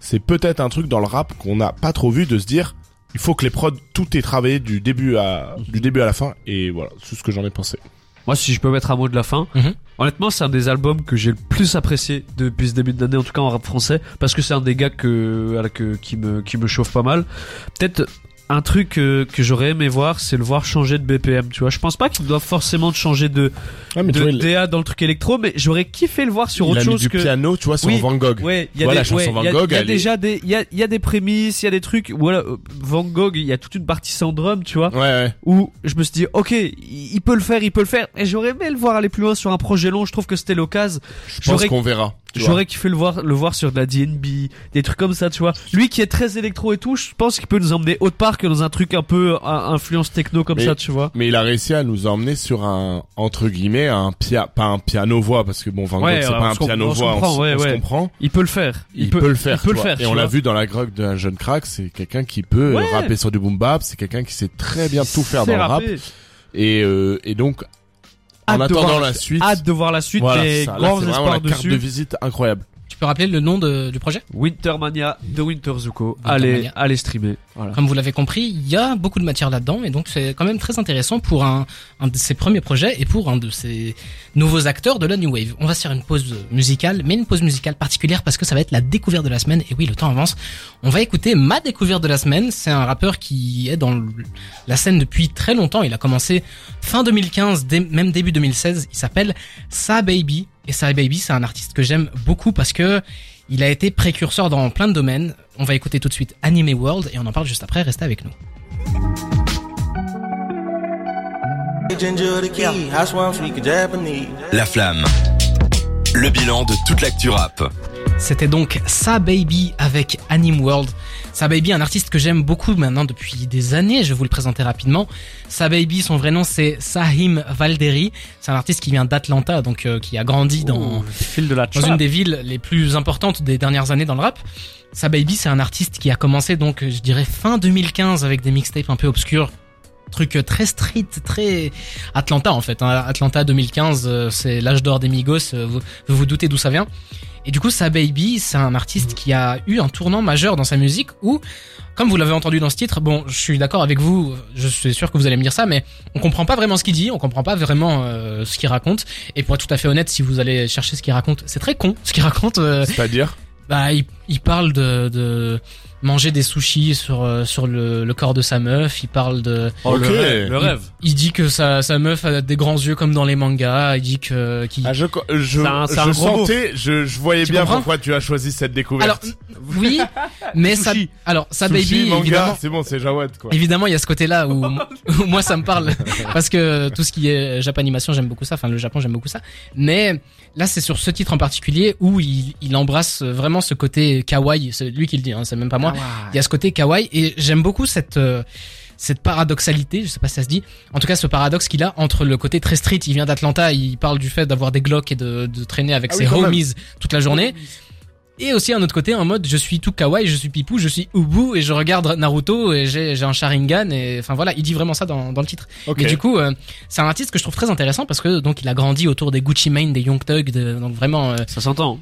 S4: c'est peut-être un truc dans le rap qu'on n'a pas trop vu de se dire, il faut que les prods, tout est travaillé du début à, du début à la fin, et voilà, c'est ce que j'en ai pensé.
S3: Moi, si je peux mettre un mot de la fin,
S2: Mhm.
S3: honnêtement, c'est un des albums que j'ai le plus apprécié depuis ce début d'année, en tout cas en rap français, parce que c'est un des gars que, voilà, que- qui, me, qui me chauffe pas mal. Peut-être un truc euh, que j'aurais aimé voir, c'est le voir changer de BPM, tu vois. Je pense pas qu'il doit forcément changer de,
S4: Ah,
S3: de
S4: mais tu vois, il,
S3: DA dans le truc électro, mais j'aurais kiffé le voir sur
S4: il
S3: autre
S4: a mis
S3: chose
S4: du
S3: que.
S4: piano, tu vois, sur
S3: Oui,
S4: Van Gogh.
S3: Ouais, il y a
S4: Tu vois, la
S3: des,
S4: chanson
S3: ouais,
S4: Van
S3: il y a-
S4: Gogh,
S3: il y a
S4: elle est-
S3: déjà des, il y a, il y a des prémices, il y a des trucs. Voilà, euh, Van Gogh, il y a toute une partie sans drum, tu vois
S4: Ouais, ouais.
S3: où je me suis dit ok il il peut le faire il peut le faire et j'aurais aimé le voir aller plus loin sur un projet long je trouve que c'était l'occasion
S4: Je pense
S3: J'aurais-
S4: qu'on verra. tu vois.
S3: j'aurais kiffé le voir le voir sur de la DNB des trucs comme ça tu vois lui qui est très électro et tout je pense qu'il peut nous emmener autre part que dans un truc un peu euh, influence techno comme
S4: Mais-
S3: ça tu vois
S4: Mais il a réussi à nous emmener sur un, entre guillemets, un pia, pas un piano voix, parce que bon, Van Gogh,
S3: Ouais,
S4: c'est
S3: ouais, on
S4: pas un
S3: se com-
S4: piano
S3: on se
S4: voix,
S3: comprend,
S4: on,
S3: ouais,
S4: se
S3: ouais.
S4: comprend.
S3: il peut le faire
S4: il, peut, le faire.
S3: il peut le
S4: tu vois.
S3: faire
S4: Et
S3: tu
S4: on l'a
S3: vois.
S4: vu dans la grotte d'un jeune crack, c'est quelqu'un qui peut
S3: Ouais.
S4: euh, rapper sur du boom bap, c'est quelqu'un qui sait très bien tout faire
S3: C'est
S4: dans le rap.
S3: rappé.
S4: Et, euh, et donc, en
S3: Hâte de
S4: attendant
S3: voir-
S4: la suite,
S3: hâte de voir la suite
S4: voilà,
S3: des
S4: ça, là,
S3: grands
S4: c'est vraiment la
S3: espoirs
S4: carte de
S3: dessus
S4: visite incroyable.
S2: Tu peux rappeler le nom de- du projet
S3: Wintermania de Winter Zuko
S2: Wintermania.
S3: allez allez streamer voilà
S2: Comme vous l'avez compris, il y a beaucoup de matière là-dedans, et donc c'est quand même très intéressant pour un, un de ses premiers projets et pour un de ses nouveaux acteurs de la New Wave. On va se faire une pause musicale, mais une pause musicale particulière parce que ça va être la découverte de la semaine, et oui, le temps avance. On va écouter ma découverte de la semaine, c'est un rappeur qui est dans le- la scène depuis très longtemps, il a commencé fin 2015, dé- même début 2016, il s'appelle Sa Baby, et Sa Baby c'est un artiste que j'aime beaucoup parce que il a été précurseur dans plein de domaines. On va écouter tout de suite Anime World et on en parle juste après. Restez avec nous.
S8: Ginger the key, I swear I'm speaking Japanese.
S1: La flamme. Le bilan de toute l'actu rap.
S2: C'était donc Sa Baby avec Anime World. Sa Baby, un artiste que j'aime beaucoup maintenant depuis des années. Je vais vous le présenter rapidement. Sa Baby, son vrai nom c'est Sahim Valderi. C'est un artiste qui vient d'Atlanta, donc euh, qui a grandi dans
S3: Ouh, Oh, le fil de la
S2: dans
S3: trappe.
S2: une des villes les plus importantes des dernières années dans le rap. Sa Baby, c'est un artiste qui a commencé donc, je dirais, fin 2015 avec des mixtapes un peu obscurs truc très street, très Atlanta en fait. hein. Atlanta 2015, euh, c'est l'âge d'or des Migos. euh, Vous vous, vous doutez d'où ça vient. Et du coup, Sa Baby, c'est un
S4: Mm.
S2: artiste qui a eu un tournant majeur dans sa musique où, comme vous l'avez entendu dans ce titre, bon, je suis d'accord avec vous, je suis sûr que vous allez me dire ça, mais on comprend pas vraiment ce qu'il dit, on comprend pas vraiment euh, ce qu'il raconte. Et pour être tout à fait honnête, si vous allez chercher ce qu'il raconte, c'est très con ce qu'il raconte. euh,
S4: C'est-à-dire
S2: bah, il, il parle de, de manger des sushis sur euh, sur le, le corps de sa meuf. Il parle de.
S3: Oh,
S4: Ok.
S3: le rêve. le rêve.
S2: Il dit que sa sa meuf a des grands yeux comme dans les mangas. Il dit que qu'il-
S4: Ah, je co- je,
S3: C'est un- c'est
S4: je
S3: un gros
S4: sentais, je, je voyais
S2: Tu
S4: bien
S2: comprends
S4: pourquoi tu as choisi cette
S2: alors
S4: découverte.
S2: oui, mais ça.
S3: Sushi.
S2: Alors sa
S4: Sushi,
S2: baby
S4: manga,
S2: évidemment.
S4: c'est bon, c'est Jawad quoi.
S2: Évidemment, il y a ce côté-là où, où moi ça me parle parce que tout ce qui est japanimation, j'aime beaucoup ça. Enfin, le Japon, j'aime beaucoup ça. Mais là, c'est sur ce titre en particulier où il, il embrasse vraiment ce côté kawaii. C'est lui qui le dit, hein, c'est même pas moi. Il y a ce côté kawaii et j'aime beaucoup cette euh, cette paradoxalité, je sais pas si ça se dit. En tout cas, ce paradoxe qu'il a entre le côté très street, il vient d'Atlanta, il parle du fait d'avoir des glocks et de, de traîner avec
S4: Ah
S2: ses
S4: oui, quand
S2: homies toute la journée. Et aussi un autre côté en mode je suis tout kawaii, je suis pipou, je suis ubu et je regarde Naruto et j'ai j'ai un Sharingan et enfin voilà, il dit vraiment ça dans, dans le titre.
S4: Ok.
S2: Mais du coup, euh, c'est un artiste que je trouve très intéressant parce que donc il a grandi autour des Gucci Mane, des Young Thug, de- donc vraiment euh,
S3: Ça s'entend.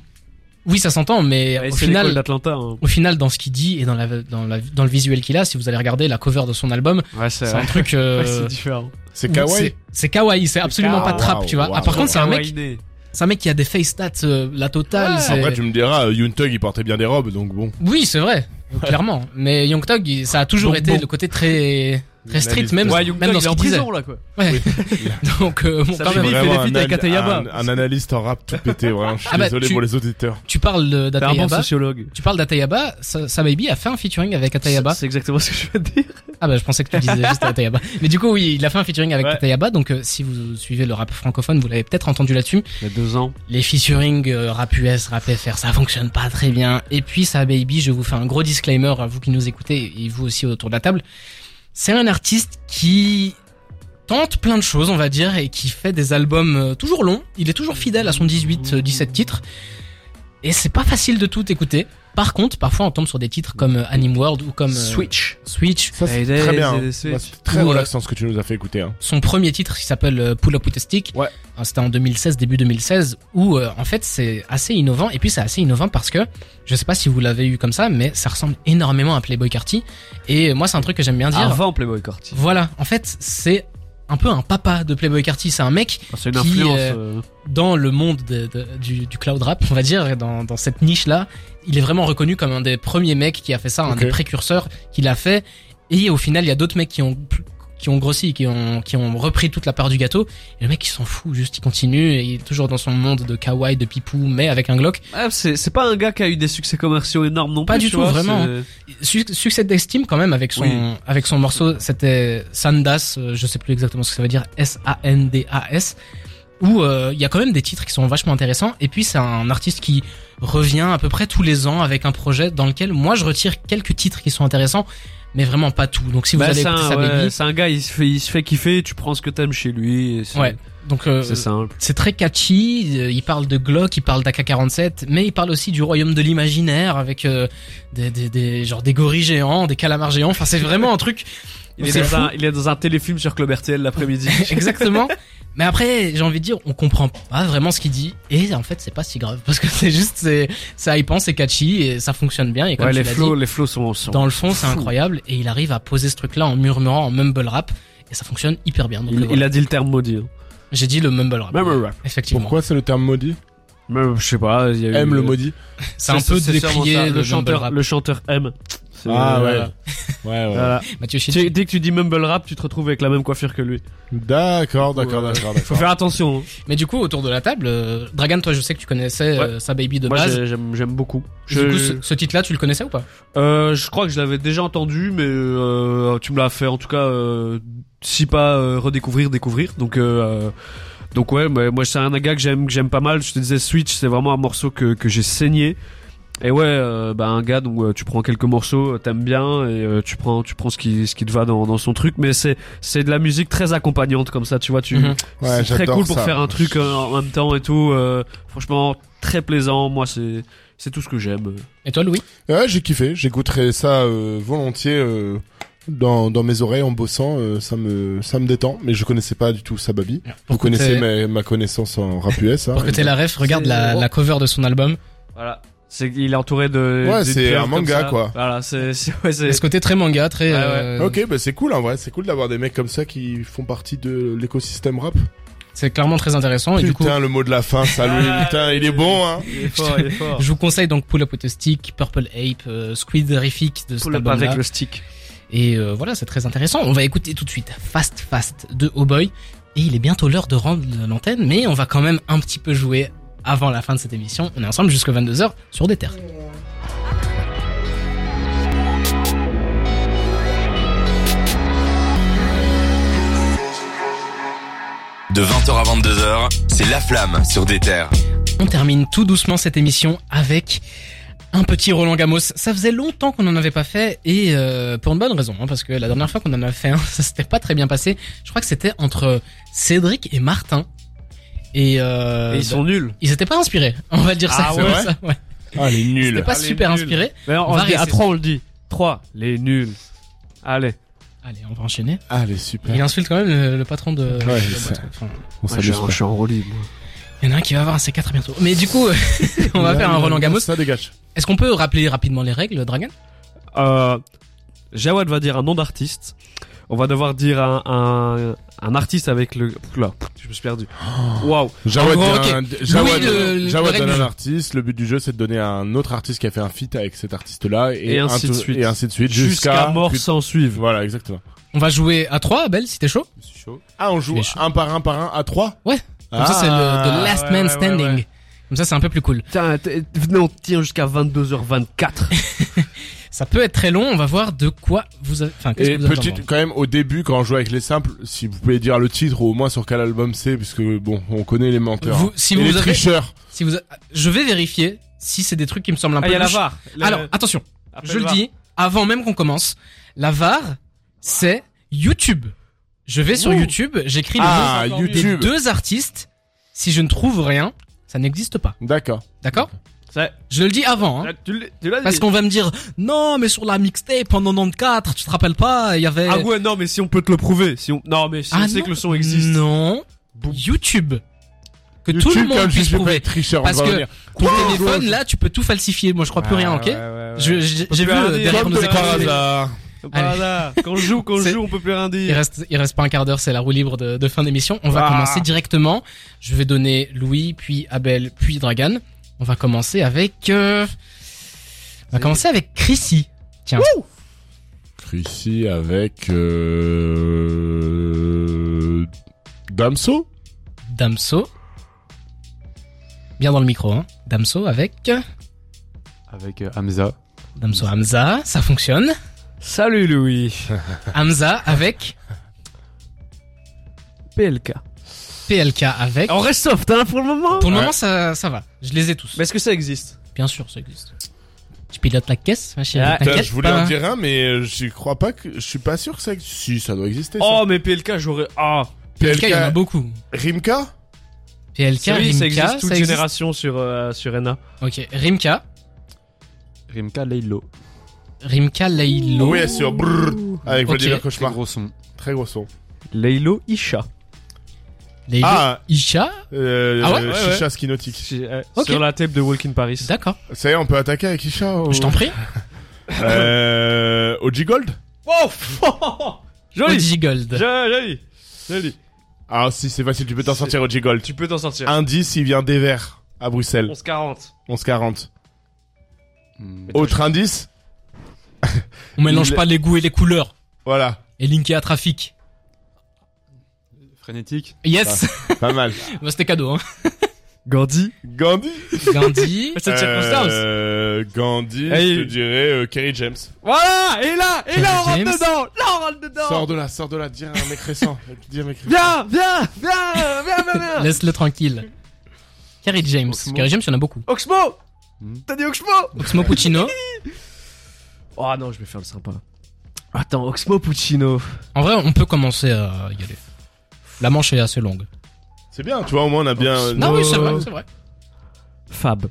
S2: oui, ça s'entend mais
S3: Ouais,
S2: au
S3: c'est l'école
S2: final
S3: d'Atlanta. hein.
S2: au final, dans ce qu'il dit et dans, la, dans, la, dans le visuel qu'il a, si vous allez regarder la cover de son album,
S3: Ouais, c'est
S2: c'est un truc. euh,
S3: ouais, c'est différent.
S4: C'est kawaii.
S2: c'est- C'est kawaii, c'est absolument
S3: kawaii.
S2: pas trap, tu vois.
S4: Waouh,
S2: ah, par
S4: waouh.
S2: contre, c'est un mec,
S3: Kawaiiné.
S2: c'est un mec qui a des face stats, euh, la totale. c'est-
S4: Après, tu me diras, euh, Yoon Thug, il portait bien des robes, donc bon.
S2: Oui, c'est vrai, clairement. Mais Young Thug, il- ça a toujours
S3: Donc
S2: été
S3: bon.
S2: le côté très très street,
S4: L'analyse
S2: même,
S3: Ouais, Young
S2: même
S3: Thug,
S2: dans
S3: il
S2: ce
S3: est en
S2: qu'il disait.
S3: prison là quoi.
S2: Ouais. Donc, euh, bon,
S3: Ça
S2: quand
S3: fait
S2: même,
S3: mal.
S4: Vraiment
S3: des feats
S4: un
S3: avec
S4: al-
S3: Ateyaba.
S4: Un, un analyste en rap tout pété, vraiment. Je suis
S2: Ah bah,
S4: désolé
S2: tu-
S4: pour les auditeurs.
S2: tu parles de-
S3: T'es un bon
S2: d'Atayaba.
S3: sociologue.
S2: Tu parles d'Atayaba. Sa, Sa Baby a fait un featuring avec Atayaba.
S3: C'est exactement ce que je veux dire.
S2: Ah bah je pensais que tu disais juste Atayaba. Mais du coup oui, il a fait un featuring avec
S3: Ouais.
S2: Atayaba, donc euh, si vous suivez le rap francophone, vous l'avez peut-être entendu là-dessus.
S3: Il y a deux ans.
S2: Les featuring euh, rap US, rap FR, ça fonctionne pas très bien. Et puis ça baby, je vous fais un gros disclaimer à vous qui nous écoutez et vous aussi autour de la table. C'est un artiste qui tente plein de choses, on va dire, et qui fait des albums euh, toujours longs. Il est toujours fidèle à son 18, euh, 17 titres. Et c'est pas facile de tout écouter. Par contre, parfois on tombe sur des titres comme euh, Anime World ou comme euh,
S3: Switch.
S2: Switch.
S4: Ça, c'est
S3: Hey, hey,
S4: très bien.
S3: hey,
S4: hein.
S3: hey,
S4: Bah,
S3: Switch.
S4: C'est très
S2: Ou, euh,
S4: relaxant ce que tu nous as fait écouter. hein.
S2: son premier titre qui s'appelle euh, Pull Up With a Stick.
S4: Ouais.
S2: Euh, C'était en 2016, début 2016, où euh, en fait c'est assez innovant. Et puis c'est assez innovant parce que je sais pas si vous l'avez eu comme ça, mais ça ressemble énormément à Playboy Carty. Et moi c'est un truc que j'aime bien dire.
S3: Avant Playboy Carti.
S2: Voilà, en fait c'est un peu un papa de Playboy Carty. C'est un mec
S3: C'est une
S2: Qui,
S3: influence. euh,
S2: dans le monde de- de- du, du cloud rap, on va dire, dans, dans cette niche-là. Il est vraiment reconnu comme un des premiers mecs qui a fait ça, un
S4: Ok.
S2: des précurseurs qui l'a fait. Et au final, il y a d'autres mecs qui ont pl- qui ont grossi, qui ont qui ont repris toute la part du gâteau. Et le mec, il s'en fout, juste il continue et il est toujours dans son monde de kawaii, de pipou, mais avec un Glock.
S3: ah, c'est c'est pas un gars qui a eu des succès commerciaux énormes non
S2: Pas
S3: plus,
S2: du
S3: tu
S2: tout,
S3: vois,
S2: vraiment.
S3: c'est-
S2: Su- succès d'estime quand même avec son
S3: Oui.
S2: avec son morceau c'était Sandas euh, je sais plus exactement ce que ça veut dire S A N D A S où euh, il y a quand même des titres qui sont vachement intéressants et puis c'est un artiste qui revient à peu près tous les ans avec un projet dans lequel moi je retire quelques titres qui sont intéressants mais vraiment pas tout donc si vous
S3: Bah,
S2: allez
S3: c'est
S2: écouter
S3: un,
S2: sa
S3: ouais,
S2: baby
S3: c'est un gars, il se fait, il se fait kiffer, tu prends ce que t'aimes chez lui. et C'est
S2: ouais donc euh,
S3: c'est simple.
S2: c'est très catchy, euh, il parle de Glock, il parle d'AK-47, mais il parle aussi du royaume de l'imaginaire avec euh, des, des, des genre des gorilles géants, des calamars géants. Enfin, c'est vraiment un truc
S3: Il est,
S2: c'est
S3: dans
S2: fou.
S3: un, il est dans un téléfilm sur Club RTL l'après-midi.
S2: Exactement. Mais après, j'ai envie de dire, on comprend pas vraiment ce qu'il dit. Et en fait, c'est pas si grave. Parce que c'est juste, c'est, c'est hypant, c'est catchy, et ça fonctionne bien. Et comme
S3: ouais,
S2: tu
S3: les
S2: l'as
S3: flots,
S2: dit,
S3: les flows sont, sont-
S2: dans le fond, c'est
S3: fous.
S2: incroyable. Et il arrive à poser ce truc-là en murmurant, en mumble rap. Et ça fonctionne hyper bien. Donc, euh,
S3: Il, il
S2: voilà.
S3: a euh, dit le terme maudit. hein.
S2: J'ai dit le mumble rap.
S3: Mumble rap.
S2: Effectivement.
S4: Pourquoi c'est le terme maudit
S3: Mais, je sais pas. Il y a eu- euh,
S4: Aime le maudit
S2: c'est un
S3: C'est-
S2: peu
S3: c'est sûrement
S2: décrié
S3: ça,
S2: le,
S3: le chanteur,
S2: mumble rap.
S3: le chanteur M. C'est-
S4: Ah ouais.
S3: voilà.
S4: Ouais, ouais.
S3: Voilà.
S2: Mathieu Schitz.
S3: Tu- dès que tu dis mumble rap, tu te retrouves avec la même coiffure que lui.
S4: D'accord, d'accord,
S3: Ouais. Faut
S4: d'accord. d'accord.
S3: faire attention. hein.
S2: Mais du coup, autour de la table, euh, Dragan, toi, je sais que tu connaissais euh, sa baby de
S3: Moi,
S2: base.
S3: j'ai- j'aime, j'aime beaucoup.
S2: Du coup, ce, ce titre-là, tu le connaissais ou pas
S3: Euh, je crois que je l'avais déjà entendu, mais euh, tu me l'as fait en tout cas, euh, si pas euh, redécouvrir, découvrir. Donc, euh, euh, donc ouais, mais moi c'est un gars que j'aime, que j'aime pas mal. Je te disais Switch, c'est vraiment un morceau que, que j'ai saigné. Et ouais, euh, bah un gars donc tu prends quelques morceaux, euh, t'aimes bien et euh, tu prends, tu prends ce qui, ce qui te va dans, dans son truc. Mais c'est, c'est de la musique très accompagnante comme ça, tu vois. Tu,
S2: Mhm.
S4: Ouais,
S3: c'est très
S4: j'adore
S3: cool pour
S4: ça.
S3: faire un truc euh, en même temps et tout. euh, franchement, très plaisant. Moi c'est, c'est tout ce que j'aime. euh.
S2: Et toi, Louis
S4: Ouais, j'ai kiffé, j'écouterai ça euh, volontiers euh, dans, dans mes oreilles en bossant, euh, ça me ça me détend. Mais je connaissais pas du tout Sababi. Vous
S2: Pour que
S4: connaissez
S2: t'aies-
S4: ma, ma connaissance en rap US. hein.
S2: Pour que t'aies la ref, regarde la,
S3: C'est-
S2: la cover de son album.
S3: Voilà. C'est, il est entouré de.
S4: Ouais,
S3: d'une
S4: c'est
S3: pieuvre
S4: un
S3: comme
S4: manga,
S3: ça.
S4: quoi.
S3: Voilà, c'est, c'est, ouais, c'est-
S2: Et ce côté très manga, très.
S3: Ouais, ouais.
S2: euh,
S4: Ok, bah c'est cool en vrai. C'est cool d'avoir des mecs comme ça qui font partie de l'écosystème rap.
S2: C'est clairement très intéressant. et du coup,
S4: Putain, le mot de la fin, salut.
S3: Ah,
S4: putain, il est bon, hein.
S3: il est fort, il est fort.
S2: je vous conseille donc Pull Up With a Stick, Purple Ape, euh, Squid Rific de cet
S3: Pour le pas
S2: album-là.
S3: avec le stick.
S2: Et euh, voilà, c'est très intéressant. On va écouter tout de suite Fast Fast de Oh Boy. Et il est bientôt l'heure de rendre l'antenne, mais on va quand même un petit peu jouer avant la fin de cette émission. On est ensemble jusqu'à 22h sur des terres.
S1: De 20h à 22h, c'est La Flamme sur des terres.
S2: On termine tout doucement cette émission avec un petit Roland Gamos. Ça faisait longtemps qu'on n'en avait pas fait et euh, pour une bonne raison, hein, parce que la dernière fois qu'on en a fait un, ça s'était pas très bien passé. Je crois que c'était entre Cédric et Martin. Et, euh,
S3: Et ils sont nuls.
S2: ils étaient pas inspirés, on va dire ça.
S3: Ah
S2: comme
S3: ouais
S2: ça, ouais.
S4: Ah, il est
S2: Ils
S4: nul.
S2: étaient pas
S3: Ah, les
S2: super
S3: nuls.
S2: inspirés.
S3: Mais on,
S2: On
S3: on
S2: va
S3: se dit, à
S2: réessayer.
S3: 3 on le dit. 3, les nuls. Allez.
S2: Allez, on va enchaîner.
S4: Ah, il est
S2: Il
S4: super.
S2: insulte quand même le, le patron de. de la
S4: c'est-
S2: boîte, enfin,
S4: On
S3: Ouais, je,
S4: s'amuse
S3: je suis en roue libre.
S2: il y en a un qui va avoir un C4 bientôt. Mais du coup, on va faire un Roland Gamos.
S4: Ça dégage.
S2: Est-ce qu'on peut rappeler rapidement les règles, Dragon
S3: Euh, Jawad va dire un nom d'artiste. On va devoir dire un, un, un artiste avec le. Là, je me suis perdu.
S4: Oh.
S3: Waouh.
S4: Jawad,
S2: En gros,
S4: est un-
S2: ok.
S4: Jawad,
S2: Louis, le- le-
S4: Jawad
S2: le règle
S4: donne
S2: du
S4: un
S2: jeu.
S4: artiste. Le but du jeu, c'est de donner à un autre artiste qui a fait un feat avec cet artiste-là et,
S3: Et ainsi
S4: un
S3: de
S4: tou-
S3: suite.
S4: Et ainsi de suite
S3: Jusqu'à
S4: jusqu'à
S3: mort
S4: Putain,
S3: sans suivre.
S4: Voilà, exactement.
S2: On va jouer à 3, Abel, si t'es chaud.
S4: Ah, on joue
S2: Il est chaud.
S4: un par un par un à trois. Ah.
S2: Ouais. Comme ça, c'est le The Last
S3: Ah, ouais,
S2: Man
S3: ouais, ouais,
S2: Standing.
S3: ouais.
S2: Comme ça, c'est un peu plus cool.
S3: Putain, t- venez, on tient jusqu'à 22h24.
S2: Ça peut être très long. On va voir de quoi vous avez. Enfin, qu'est-ce
S4: Et
S2: que vous avez
S4: petite, quand même, au début, quand on joue avec les simples, si vous pouvez dire le titre ou au moins sur quel album c'est, puisque bon, on connaît les menteurs.
S2: Vous- si
S4: Et
S2: vous
S4: les
S2: avez-
S4: tricheurs.
S2: Si vous, je vais vérifier si c'est des trucs qui me semblent un
S3: Ah,
S2: peu.
S3: il y a la
S2: louches.
S3: VAR.
S2: Alors, attention. je le dis avant même qu'on commence. La VAR, c'est YouTube. Je vais sur
S3: Ouh.
S2: YouTube. J'écris le
S4: Ah,
S2: nom des
S4: YouTube.
S2: deux artistes. Si je ne trouve rien, ça n'existe pas.
S4: D'accord.
S2: D'accord
S3: C'est-
S2: Je le dis avant. Hein.
S3: Ah, Tu l'as- tu l'as
S2: Parce
S3: dit.
S2: qu'on va me dire non mais sur la mixtape en 94 tu te rappelles pas il y avait
S3: Ah ouais, non, mais si on peut te le prouver. Si on... Non, mais si
S2: Ah
S3: on sait
S2: non,
S3: que le son existe.
S2: Non. YouTube. Que
S4: YouTube,
S2: tout le monde
S4: comme je
S2: puisse
S4: sais pas
S2: prouver.
S4: être tricheur, on
S2: Parce
S4: va
S2: que-
S4: revenir.
S2: Ton
S4: Quoi Ah
S2: téléphone, là, tu peux tout falsifier. Moi, je crois plus
S3: Ah
S2: rien, ok Je- J'ai j'ai vu
S3: rien
S2: euh,
S3: dire.
S2: derrière
S4: Comme
S2: nos
S4: de
S2: écrans.
S4: par hasard.
S2: Allez.
S3: Voilà. Quand on joue, quand on
S2: C'est-
S3: joue, on peut plus rien
S2: Il
S3: dire.
S2: reste, il reste pas un quart d'heure, c'est la roue libre de, de fin d'émission. On va
S3: Ah.
S2: commencer directement. Je vais donner Louis, puis Abel, puis Dragan. On va commencer avec. euh, On va commencer avec Chrissy. Tiens.
S4: Ici avec euh... Damso
S2: Damso. Bien dans le micro, hein. Damso avec. euh,
S9: Avec euh, Hamza.
S2: Damso Hamza, ça fonctionne.
S3: Salut Louis.
S2: Hamza avec.
S3: PLK.
S2: PLK avec.
S3: On reste soft, hein, pour le moment.
S2: Pour le
S4: Ouais.
S2: moment, ça, ça va. Je les ai tous.
S3: Mais est-ce que ça existe
S2: Bien sûr, ça existe. Tu pilotes la caisse, ma chérie.
S3: Ah,
S4: Putain,
S2: t'inquiète
S4: je voulais
S2: pas.
S4: en dire un, mais je crois pas que... Je suis pas sûr que ça existe. Si, ça doit exister.
S3: Oh, mais PLK, j'aurais. Ah,
S4: ça.
S2: PLK, il y en a beaucoup.
S4: Rimka
S2: PLK,
S3: c'est oui,
S2: Rimka,
S3: ça existe
S2: ça
S3: toute
S2: existe.
S3: génération sur, euh, sur Ena.
S2: Ok, Rimka,
S9: Rimka Leilo.
S2: Rimka Lailo.
S4: Oui, sur Brrr, avec
S2: Ok.
S4: Vladimir
S9: Très
S4: Cauchemar.
S9: gros son.
S4: Très gros son.
S3: Leilo Isha.
S2: Lailo.
S4: Ah,
S2: Isha,
S4: euh,
S2: Ah ouais
S4: euh,
S3: Ouais, ouais.
S4: Chicha skinotique.
S3: Euh,
S2: Ok.
S3: Sur la tape de Walking Paris.
S2: d'accord.
S4: Ça y est, on peut attaquer avec Chicha ou...
S2: Je t'en prie.
S4: Euh... OG Gold
S3: Oh Joli
S2: Odyssey Gold.
S3: Jo- Joli Joli
S4: Ah, si, c'est facile, tu peux t'en
S3: C'est-
S4: sortir, OG Gold.
S3: Tu peux t'en sortir.
S4: Indice, il vient d'Evers, à Bruxelles.
S3: 11,40.
S4: 1140.
S9: Hmm.
S4: Autre indice
S2: On mélange
S4: Il-
S2: pas les goûts et les couleurs.
S4: Voilà,
S2: Et linké à trafic.
S9: Frénétique.
S2: Yes.
S4: pas mal.
S2: Bah, C'était cadeau, hein.
S3: Gandhi.
S4: Gandhi
S2: Gandhi.
S3: C'est de circonstance.
S4: Euh, Gandhi,
S3: Hey.
S4: je te dirais euh, Kerry James.
S3: Voilà Et là Et là, on rentre
S2: James.
S3: dedans Là, on rentre dedans
S4: Sors de là, sors de là, dis un mec récent. dis un mec récent.
S3: Viens Viens Viens Viens, viens, viens
S2: Laisse-le tranquille. Kerry James.
S9: Oxmo.
S2: Kerry James, il y en a beaucoup.
S3: Oxmo
S9: Hmm.
S3: T'as dit Oxmo
S2: Oxmo Puccino.
S3: Oh non, je vais faire le sympa. Attends, Oxmo Puccino.
S2: En vrai, on peut commencer à y aller. La manche est assez longue.
S4: C'est bien, tu vois, au moins on a bien. euh,
S2: Non,
S4: nos-
S2: oui, c'est vrai, c'est vrai.
S3: Fab.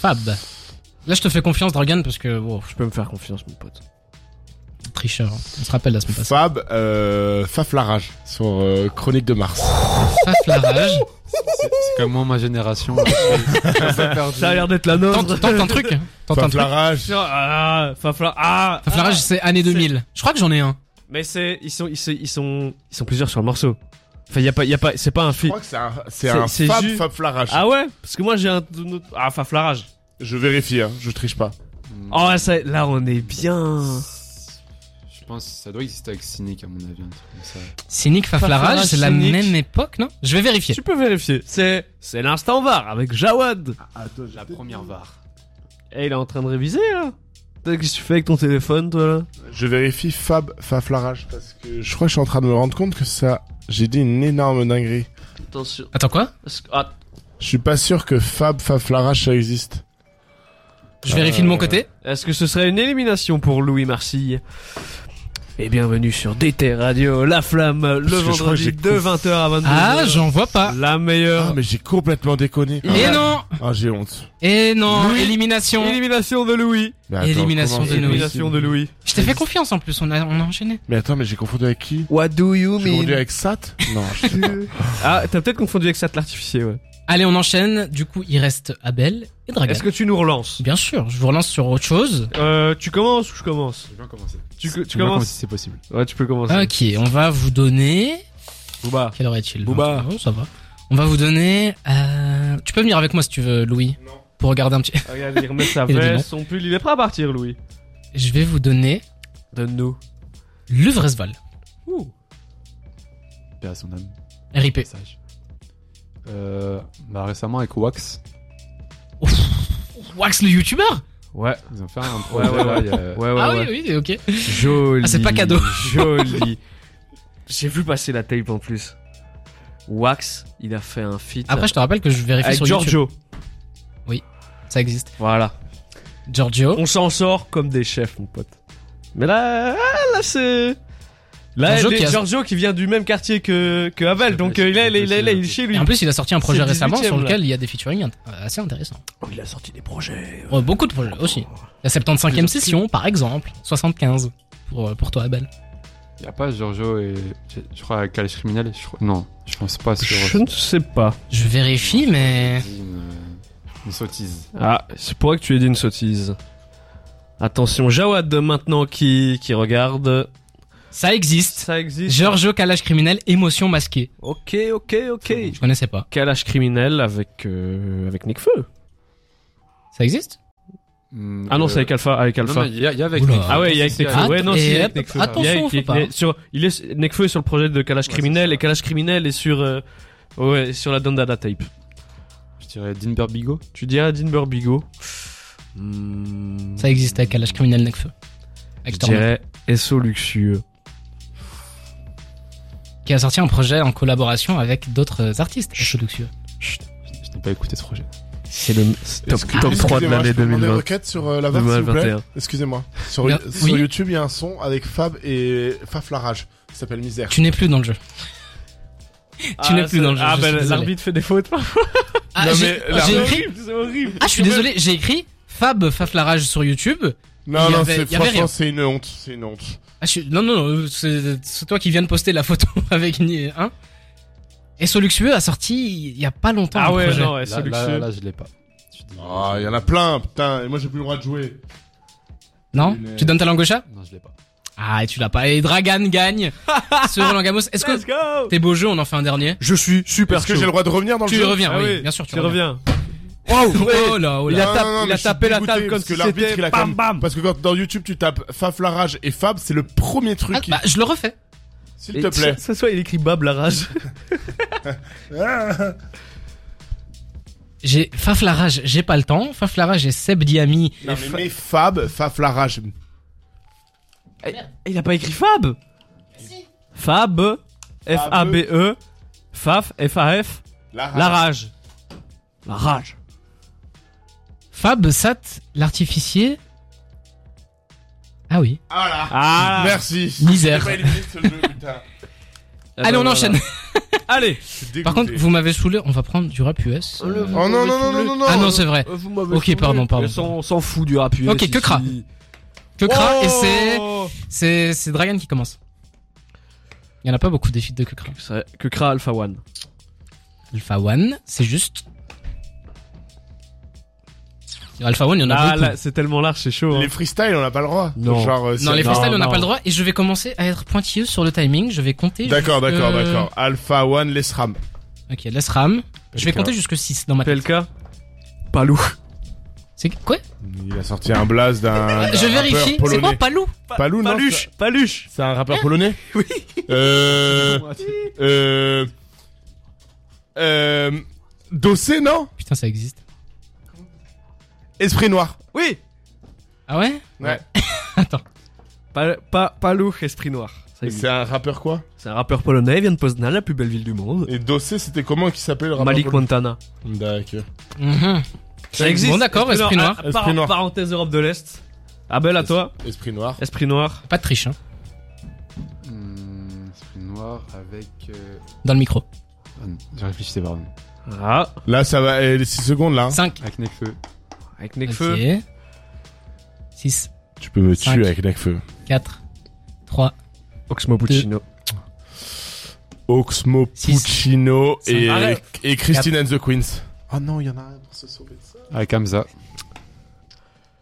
S2: Fab. Là, je te fais confiance, Dragan, parce que wow,
S3: Je peux me faire confiance, mon pote.
S2: Tricheur. On se rappelle la semaine passée.
S4: Fab, euh, Faf la rage sur euh, Chronique de Mars.
S2: Faf la rage.
S9: C'est c'est comme moi, ma génération. là, je suis un peu perdu.
S3: Ça a l'air d'être la nôtre.
S2: Tente, tente un truc. Tente un
S4: Faf
S2: truc.
S4: la rage.
S3: Ah, Fafla. Ah,
S2: Faf la rage, c'est année 2000. Je crois que j'en ai un.
S3: Mais c'est ils sont ils sont ils sont ils sont plusieurs sur le morceau. Enfin y a pas y a pas c'est pas un
S4: Je
S3: film.
S4: crois que c'est un, c'est
S3: C'est-
S4: un
S3: c'est
S4: Fab,
S3: ju-
S4: Fab la rage.
S3: Ah ouais parce que moi j'ai un un autre- ah Faflarage.
S4: Je vérifie, hein, je triche pas.
S3: Oh ouais, ça là on est bien.
S9: Je pense que ça doit exister avec Cynic, à mon avis. Un truc comme ça.
S2: Cynic, Faf
S3: Faf
S2: la
S3: la
S2: rage,
S3: rage,
S2: c'est la
S3: Cynic.
S2: même époque, non Je vais vérifier.
S3: Tu peux vérifier. C'est c'est l'instant var avec Jawad.
S9: La première VAR.
S3: Et Eh, il est en train de réviser là. Qu'est-ce que tu fais avec ton téléphone toi là
S4: Je vérifie Fab, Faf la rage parce que je crois que je suis en train de me rendre compte que ça, j'ai dit une énorme dinguerie.
S3: Attention.
S2: Attends quoi
S3: Ah,
S4: Je suis pas sûr que Fab, Faf la rage ça existe.
S2: Je vérifie de mon côté.
S3: Est-ce que ce serait une élimination pour Louis Marcille Et bienvenue sur DT Radio La Flamme le
S4: que je crois que
S3: vendredi
S4: j'ai
S3: de 20h à 22h.
S2: Ah, j'en vois pas.
S3: La meilleure.
S4: Ah mais j'ai complètement déconné.
S2: Et non
S4: Ah j'ai honte.
S2: Et non Élimination
S3: Élimination de Louis.
S4: Mais attends,
S2: Élimination
S4: comment
S2: de
S4: c'est
S2: Louis.
S3: Élimination
S4: possible
S3: de Louis.
S2: Je t'ai fait confiance en plus, on a, on a enchaîné.
S4: Mais attends mais j'ai confondu avec qui
S3: What do you
S4: J'ai confondu avec Sat Non. je sais pas.
S3: Ah, t'as peut-être confondu avec ça de l'artificier, ouais.
S2: Allez, on enchaîne. Du coup, il reste Abel et Dragan.
S3: Est-ce que tu nous relances
S2: Bien sûr, je vous relance sur autre chose.
S3: euh, Tu commences ou je commence
S9: Je vais bien commencer.
S3: Tu,
S9: Je
S3: tu
S9: vais bien commencer
S3: commences
S9: si c'est possible.
S3: Ouais, tu peux commencer.
S2: Ah, Ok, on va vous donner...
S3: Booba.
S2: Quelle heure est-il
S3: Booba.
S2: Oh, ça va. On va vous donner... euh, Tu peux venir avec moi si tu veux, Louis Pour regarder un petit...
S3: Regarde, il remet sa
S2: Il a dit
S3: veste, son pull, il est prêt à partir, Louis.
S2: Je vais vous donner
S3: Donne-nous.
S2: le Vresval.
S3: Ouh.
S9: Paix à son âme.
S2: RIP.
S9: Sage. Euh, bah récemment avec Wax,
S2: Wax le youtubeur
S3: Ouais.
S9: ils ont fait un
S3: Ouais,
S9: projet
S3: ouais,
S9: là,
S3: ouais.
S9: il y a-
S3: ouais, ouais,
S2: Ah
S3: ouais.
S2: oui, oui, ok.
S3: Joli.
S2: Ah, c'est pas cadeau.
S3: Joli. J'ai vu passer la tape en plus. Wax, il a fait un feat
S2: Après, je te rappelle que je vérifie
S3: avec
S2: sur YouTube.
S3: Giorgio.
S2: Ça existe.
S3: Voilà.
S2: Giorgio.
S3: On s'en sort comme des chefs, mon pote. Mais là, ah, là c'est. Là,
S2: Giorgio
S3: Giorgio,
S2: qui a-
S3: Giorgio qui vient du même quartier que, que Abel,
S9: C'est
S3: donc
S9: vrai,
S3: euh, il, est,
S9: c'est
S3: il, est, il, est,
S9: vrai,
S3: il est
S9: c'est
S3: chez lui.
S2: Et en plus, il a sorti un projet
S3: C'est le
S2: récemment
S3: 18e,
S2: sur
S3: là.
S2: lequel il y a des featuring int- euh, assez intéressants.
S3: il a sorti des projets.
S2: Ouais, beaucoup de projets aussi. La 75e session, par exemple. 75. Pour, euh, pour toi, Abel.
S9: il y a pas Giorgio et je, je crois Calèche criminel. Je crois- non, je pense pas sur. euh,
S3: Je ne sais pas.
S2: Je vérifie, mais.
S9: J'ai dit Une, une sottise.
S3: Ah, c'est pour que tu aies dit une sottise. Attention, Jawad maintenant qui, qui regarde.
S2: Ça existe.
S3: Ça existe.
S2: Giorgio, calage criminel, émotion masquée.
S3: Ok, ok, ok.
S2: Je connaissais pas.
S3: Calage criminel avec, euh, avec Nick Feu.
S2: Ça existe
S9: Hmm,
S3: Ah non,
S9: euh,
S3: c'est avec Alpha. Avec
S9: non,
S3: Alpha.
S9: mais Il y, a- il y a avec euh,
S2: Oula.
S9: Nekfeu.
S3: Ah ouais, il y a avec Nekfeu.
S2: Ah,
S3: Ouais, non,
S2: et
S3: si, il y a avec
S2: hop,
S3: Nekfeu.
S2: attention,
S3: Il y a-
S2: faut
S3: il est-
S2: pas.
S3: il est sur, il est, Nekfeu est sur le projet de Kalash
S9: Ouais,
S3: Criminel
S9: c'est
S3: et Kalash Criminel est sur, euh, ouais, sur la Dondada Tape.
S9: Je dirais Dean Burbigo.
S3: Tu dirais Dean Burbigo. Hmm.
S2: Ça existe avec calage criminel, Necfeu.
S3: Je
S2: Avec Tornado,
S3: dirais SO Luxueux.
S2: Qui a sorti un projet en collaboration avec d'autres artistes. Je suis luxueux.
S9: Je n'ai pas écouté ce projet.
S3: C'est le top,
S4: Est-ce que-
S3: top 3 de
S4: excusez-moi,
S3: l'année
S4: je peux demander
S3: 2020.
S4: une requête sur euh, la VAR, s'il vous plaît.
S3: 2021.
S4: Excusez-moi. Sur,
S2: Bien,
S4: sur
S2: oui.
S4: YouTube, il y a un son avec Fab et Faf la rage. Ça s'appelle Misère.
S2: Tu n'es plus dans le jeu. Tu n'es plus dans le jeu,
S3: Ah,
S2: je suis
S3: ben
S2: désolé.
S3: l'arbitre fait des fautes.
S2: Ah,
S4: Non,
S2: j'ai
S4: mais la-
S2: j'ai écrit.
S3: horrible, c'est horrible.
S2: Ah, je suis désolé, j'ai écrit Fab Faflarage sur YouTube.
S4: Non,
S2: Il y
S4: non,
S2: avait-
S4: c'est-
S2: il y avait rien.
S4: franchement, c'est une honte. C'est une honte.
S2: Ah, je suis- Non, non, non, c'est c'est toi qui viens de poster la photo avec ni- hein Et Soluxueux a sorti il y a pas longtemps.
S3: Ah
S2: le
S3: ouais,
S2: projet.
S3: non, ouais,
S9: là,
S3: SO
S9: là, là,
S3: Luxueux.
S9: je l'ai pas. Je dis-
S4: Ah, il y en a plein, putain. Et moi, j'ai plus le droit de jouer.
S2: Non
S4: Mais-
S2: Tu donnes ta langue au chat
S9: Non, je l'ai pas.
S2: Ah, et tu l'as pas. Et Dragan gagne sur Roland Gamos. Est-ce que
S3: Let's go
S2: tes beaux jeux, on en fait un dernier
S3: Je suis super
S4: Est-ce que j'ai le droit de revenir dans le
S2: Tu
S4: jeu
S2: reviens,
S3: Ah
S2: oui,
S3: oui,
S2: bien sûr, tu,
S3: Tu reviens.
S2: Oh là, oh
S3: Il
S2: là.
S3: a,
S4: Non,
S3: tapé-
S4: non, non,
S3: il
S4: mais
S3: a
S4: je suis
S3: tapé la
S4: dégoûté
S3: table comme
S4: parce que
S3: si
S4: l'arbitre,
S3: c'était
S4: il a quand
S3: bam
S4: même-
S3: bam.
S4: Parce que quand dans YouTube, tu tapes Faf la rage et Fab, c'est le premier truc
S2: Ah,
S4: qui...
S2: bah, je le refais.
S4: S'il te plaît.
S3: Ce soir, il écrit Bab la rage.
S4: Ah.
S2: J'ai Faf la rage, j'ai pas le temps. Faf la rage et Seb Diami.
S4: Non, mais, mais Fab, Faf la rage.
S3: Il a pas écrit Fab Fab, F-A-B-E, E, Faf, F-A-F,
S4: La rage.
S3: la rage. La rage.
S2: Fab Sat, l'artificier. Ah oui.
S4: Ah là.
S3: Ah
S4: Merci.
S2: Misère.
S4: J'ai pas éliminé ce jeu, putain.
S3: Ah, bah
S2: Allez, on enchaîne.
S3: Allez
S4: Je suis dégoûté.
S2: Par contre, vous m'avez saoulé, on va prendre du rap Ah US. Euh,
S4: Oh non, non, non, non, non, non.
S2: Ah non, c'est vrai. Ok, pardon, pardon.
S3: On s'en fout du rap US
S2: Ok, que
S3: ici.
S2: cra- Que Kra, et c'est,
S3: Oh
S2: c'est, c'est Dragon qui commence. Il y en a pas beaucoup des feats de Que Kra.
S3: C'est que Kra Alpha One.
S2: Alpha One, c'est juste. Alpha One, il y en a
S3: Ah
S2: beaucoup.
S3: là, c'est tellement large, c'est chaud. hein.
S4: Les freestyles, on n'a pas le droit.
S3: Non.
S4: Genre, euh,
S2: Non,
S4: c'est-
S2: les freestyles,
S3: non,
S2: on n'a pas
S3: non.
S2: le droit. Et je vais commencer à être pointilleux sur le timing. Je vais compter.
S4: D'accord,
S2: jusque-
S4: d'accord,
S3: euh,
S4: d'accord. Alpha One, les SRAM.
S2: Ok, laisse ram. Je vais compter jusque 6 dans ma tête.
S3: PLK Palou.
S2: C'est quoi
S4: Il a sorti un blast d'un.
S2: Je
S4: d'un rappeur
S2: vérifie. C'est quoi
S4: polonais.
S2: Palou
S4: Palou, non,
S3: Paluche Paluche
S4: C'est un rappeur polonais Oui. Euh. Euh. Euh. Dossé, non
S2: Putain, ça existe.
S4: Esprit noir.
S3: Oui
S2: Ah ouais
S4: Ouais.
S3: Pal- pa- Palou, esprit noir. Ça
S4: Et
S3: existe.
S4: C'est un rappeur quoi
S3: C'est un rappeur polonais, il vient de Poznan, la plus belle ville du monde.
S4: Et Dossé, c'était comment qui s'appelait le rappeur
S3: Malik Montana.
S4: polonais D'accord.
S2: Mhm.
S3: Ça existe.
S2: Bon, d'accord, Esprit Noir.
S3: ah, par-
S4: Esprit Noir.
S3: Parenthèse Europe de l'Est. Abel, à toi.
S4: Esprit noir.
S3: Esprit noir.
S2: Pas de triche, hein.
S9: Hmm, esprit noir avec. euh,
S2: Dans le micro.
S9: ah non, J'ai réfléchi, pardon.
S3: Ah,
S4: Là, ça va. eh, les 6 secondes là. hein.
S2: 5.
S9: Avec Nekfeu.
S3: avec Nekfeu.
S2: Ok. 6,
S4: Tu peux me
S2: Cinq.
S4: tuer avec Necfeu.
S2: 4, 3.
S3: Oxmo Puccino.
S4: Oxmo
S2: Six.
S4: Puccino
S2: Cinq.
S4: et,
S3: Arrête.
S4: et Christine and the Queens. Oh non, il y en a un pour se sauver de ça.
S9: Avec Hamza.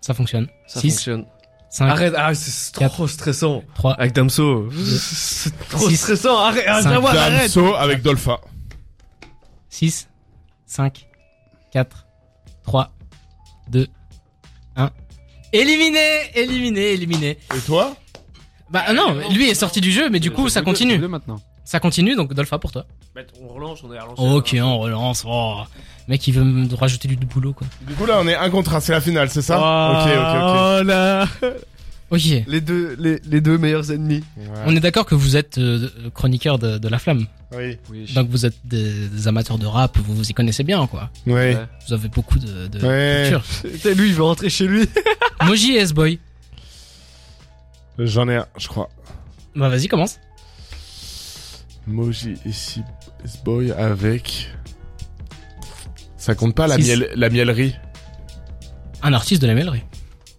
S2: Ça fonctionne.
S3: Ça
S2: 6,
S3: fonctionne.
S2: 5,
S3: Arrête, ah, c'est
S2: Quatre.
S3: trop stressant.
S2: 3.
S3: Avec Damso. C'est trop
S2: Six.
S3: stressant. Arrête, ah,
S2: Cinq.
S3: Jawad, arrête.
S4: Damso avec Dolpha.
S2: 6, 5, 4, 3, 2, 1. Éliminé, éliminé, éliminé.
S4: Et toi
S2: Bah ah non, lui est sorti du jeu, mais du coup
S9: J'ai
S2: ça
S9: fait deux- j'ai fait
S2: continue.
S9: deux maintenant.
S2: Ça continue, donc Dolpha pour toi.
S3: On relance, on est à relancer.
S2: Ok, on relance. Oh, le mec, il veut me rajouter du boulot, quoi.
S4: Du coup, là, on est un contre un, c'est la finale, c'est ça Ok,
S3: Oh
S4: ok,
S3: là.
S2: Ok,
S3: Les deux, les, les deux meilleurs ennemis.
S4: ok.
S2: on est d'accord que vous êtes euh, chroniqueur de, de la flamme.
S4: Oui.
S9: Oui, je-
S2: Donc vous êtes des, des amateurs de rap, vous vous y connaissez bien, quoi.
S4: Oui.
S9: Ouais.
S2: Vous avez beaucoup de, de
S4: Ouais.
S2: culture.
S3: Putain, lui, il veut rentrer chez lui.
S2: Moji et S-Boy.
S4: J'en ai un, je crois.
S2: Bah vas-y, commence.
S4: Moji et Sib- Boy avec. Ça compte pas la,
S2: Six.
S4: miel- la mielerie
S2: Un artiste de la mêlerie.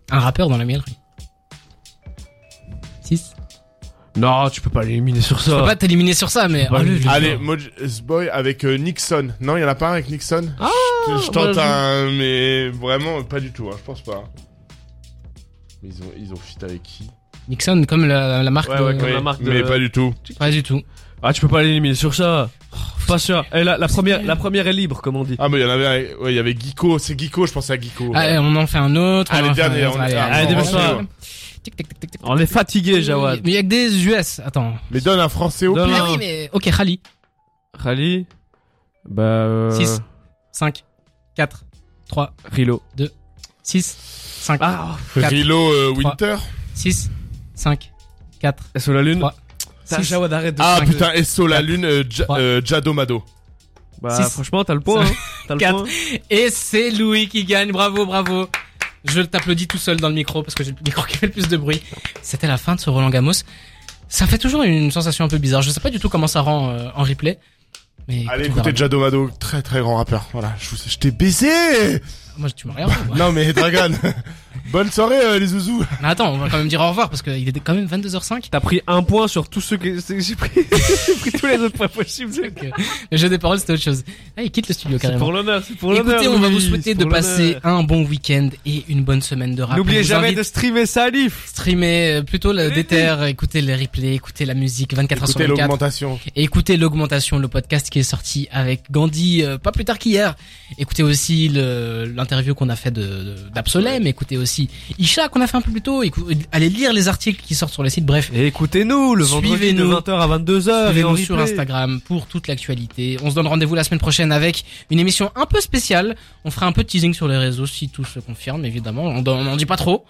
S2: Un rappeur dans la mêlerie. 6.
S3: Non, tu peux pas l'éliminer sur
S2: Je peux
S3: ça.
S2: pas t'éliminer sur ça, mais...
S3: Bah,
S2: Oh, le- le-
S4: Allez, Moji S Boy avec euh, Nixon. Non, il y en a pas un avec Nixon je, je tente
S3: bah,
S4: un, mais vraiment pas du tout, hein, je pense pas. Mais ils ont, ils ont fit avec qui
S2: Nixon, comme la, la marque
S3: Ouais,
S2: de-
S3: ouais, comme
S4: Oui,
S3: la marque de-
S4: Mais pas du tout.
S2: Pas du tout.
S3: Ah, tu peux pas l'éliminer sur ça.
S2: Oh,
S3: Pas sûr. Eh, la, la première, la première est libre, comme on dit.
S4: Ah, mais il y en avait un, avec- ouais, il y avait Geeko, c'est Geeko, je pensais à Geeko.
S2: Allez, on en fait un autre. on
S4: Allez,
S2: en fait un
S4: dernier,
S2: autre,
S4: on est-
S3: allez, dépêche-toi.
S2: Tic, tic, tic, tic, tic.
S3: On est fatigué, Jawad.
S2: Mais il y a que des US. Attends.
S4: Mais donne un français au
S3: Donne-
S4: pire.
S2: Mais oui,
S3: non.
S2: mais ok, Rally.
S3: Rally. Bah, euh...
S2: 6, 5, 4, 3,
S3: Rilo.
S2: 6, 5,
S3: Ah,
S2: Quatre.
S4: Rilo euh,
S2: Trois.
S4: Winter.
S2: 6, 5, 4.
S3: sous la lune.
S2: Trois.
S3: Putain, Jawad, arrête de
S4: Ah
S3: Cinq.
S4: putain, Esso, la lune, euh, Ja-
S2: Trois.
S4: euh, Jadomado.
S3: Bah,
S2: Six.
S3: franchement, t'as le point, hein. T'as le
S2: Quatre.
S3: point.
S2: Et c'est Louis qui gagne. Bravo, bravo. Je t'applaudis tout seul dans le micro parce que j'ai le micro qui fait le plus de bruit. C'était la fin de ce Roland Gamos. Ça fait toujours une sensation un peu bizarre. Je sais pas du tout comment ça rend euh, en replay. Mais
S4: Allez,
S2: écoute, on verra
S4: écoutez
S2: bien.
S4: Jadomado, très très grand rappeur. Voilà, je, vous, je t'ai baisé
S2: Moi, tu m'as rien fait, moi.
S4: Non mais Dragon, bonne soirée euh, les zouzous.
S2: Mais attends, on va quand même dire au revoir parce qu'il était quand même 22h05.
S3: T'as pris un point sur tous ceux que c'est- j'ai pris. j'ai pris tous les autres points possibles.
S2: Donc, euh, le jeu des paroles, c'était autre chose. Ah, il quitte le studio
S3: C'est
S2: carrément.
S3: pour l'honneur, c'est pour l'honneur.
S2: Écoutez, on va
S3: Louis,
S2: vous
S3: c'est
S2: souhaiter de
S3: pour
S2: passer
S3: l'honneur.
S2: un bon week-end et une bonne semaine de rap. On
S3: N'oubliez
S2: vous
S3: jamais
S2: invite
S3: de
S2: à
S3: streamer Salif.
S2: streamer euh, plutôt le
S3: Allez-y.
S2: déter, écouter les replays, écouter la musique 24 heures sur
S4: Écoutez
S2: 24
S4: l'augmentation.
S2: et écouter l'augmentation, le podcast qui est sorti avec Gandhi euh, pas plus tard qu'hier. Écoutez aussi le- l'interview qu'on a fait de de- d'Absolem, écoutez aussi Isha qu'on a fait un peu plus tôt, écou- euh, allez lire les articles qui sortent sur le site. Bref,
S3: Et écoutez-nous le vendredi de
S2: Suivez-nous.
S3: 20h à 22h et en
S2: Suivez-nous
S3: replay.
S2: sur Instagram pour toute l'actualité. On se donne rendez-vous la semaine prochaine avec une émission un peu spéciale. On fera un peu de teasing sur les réseaux si tout se confirme, évidemment. On n'en dit pas trop.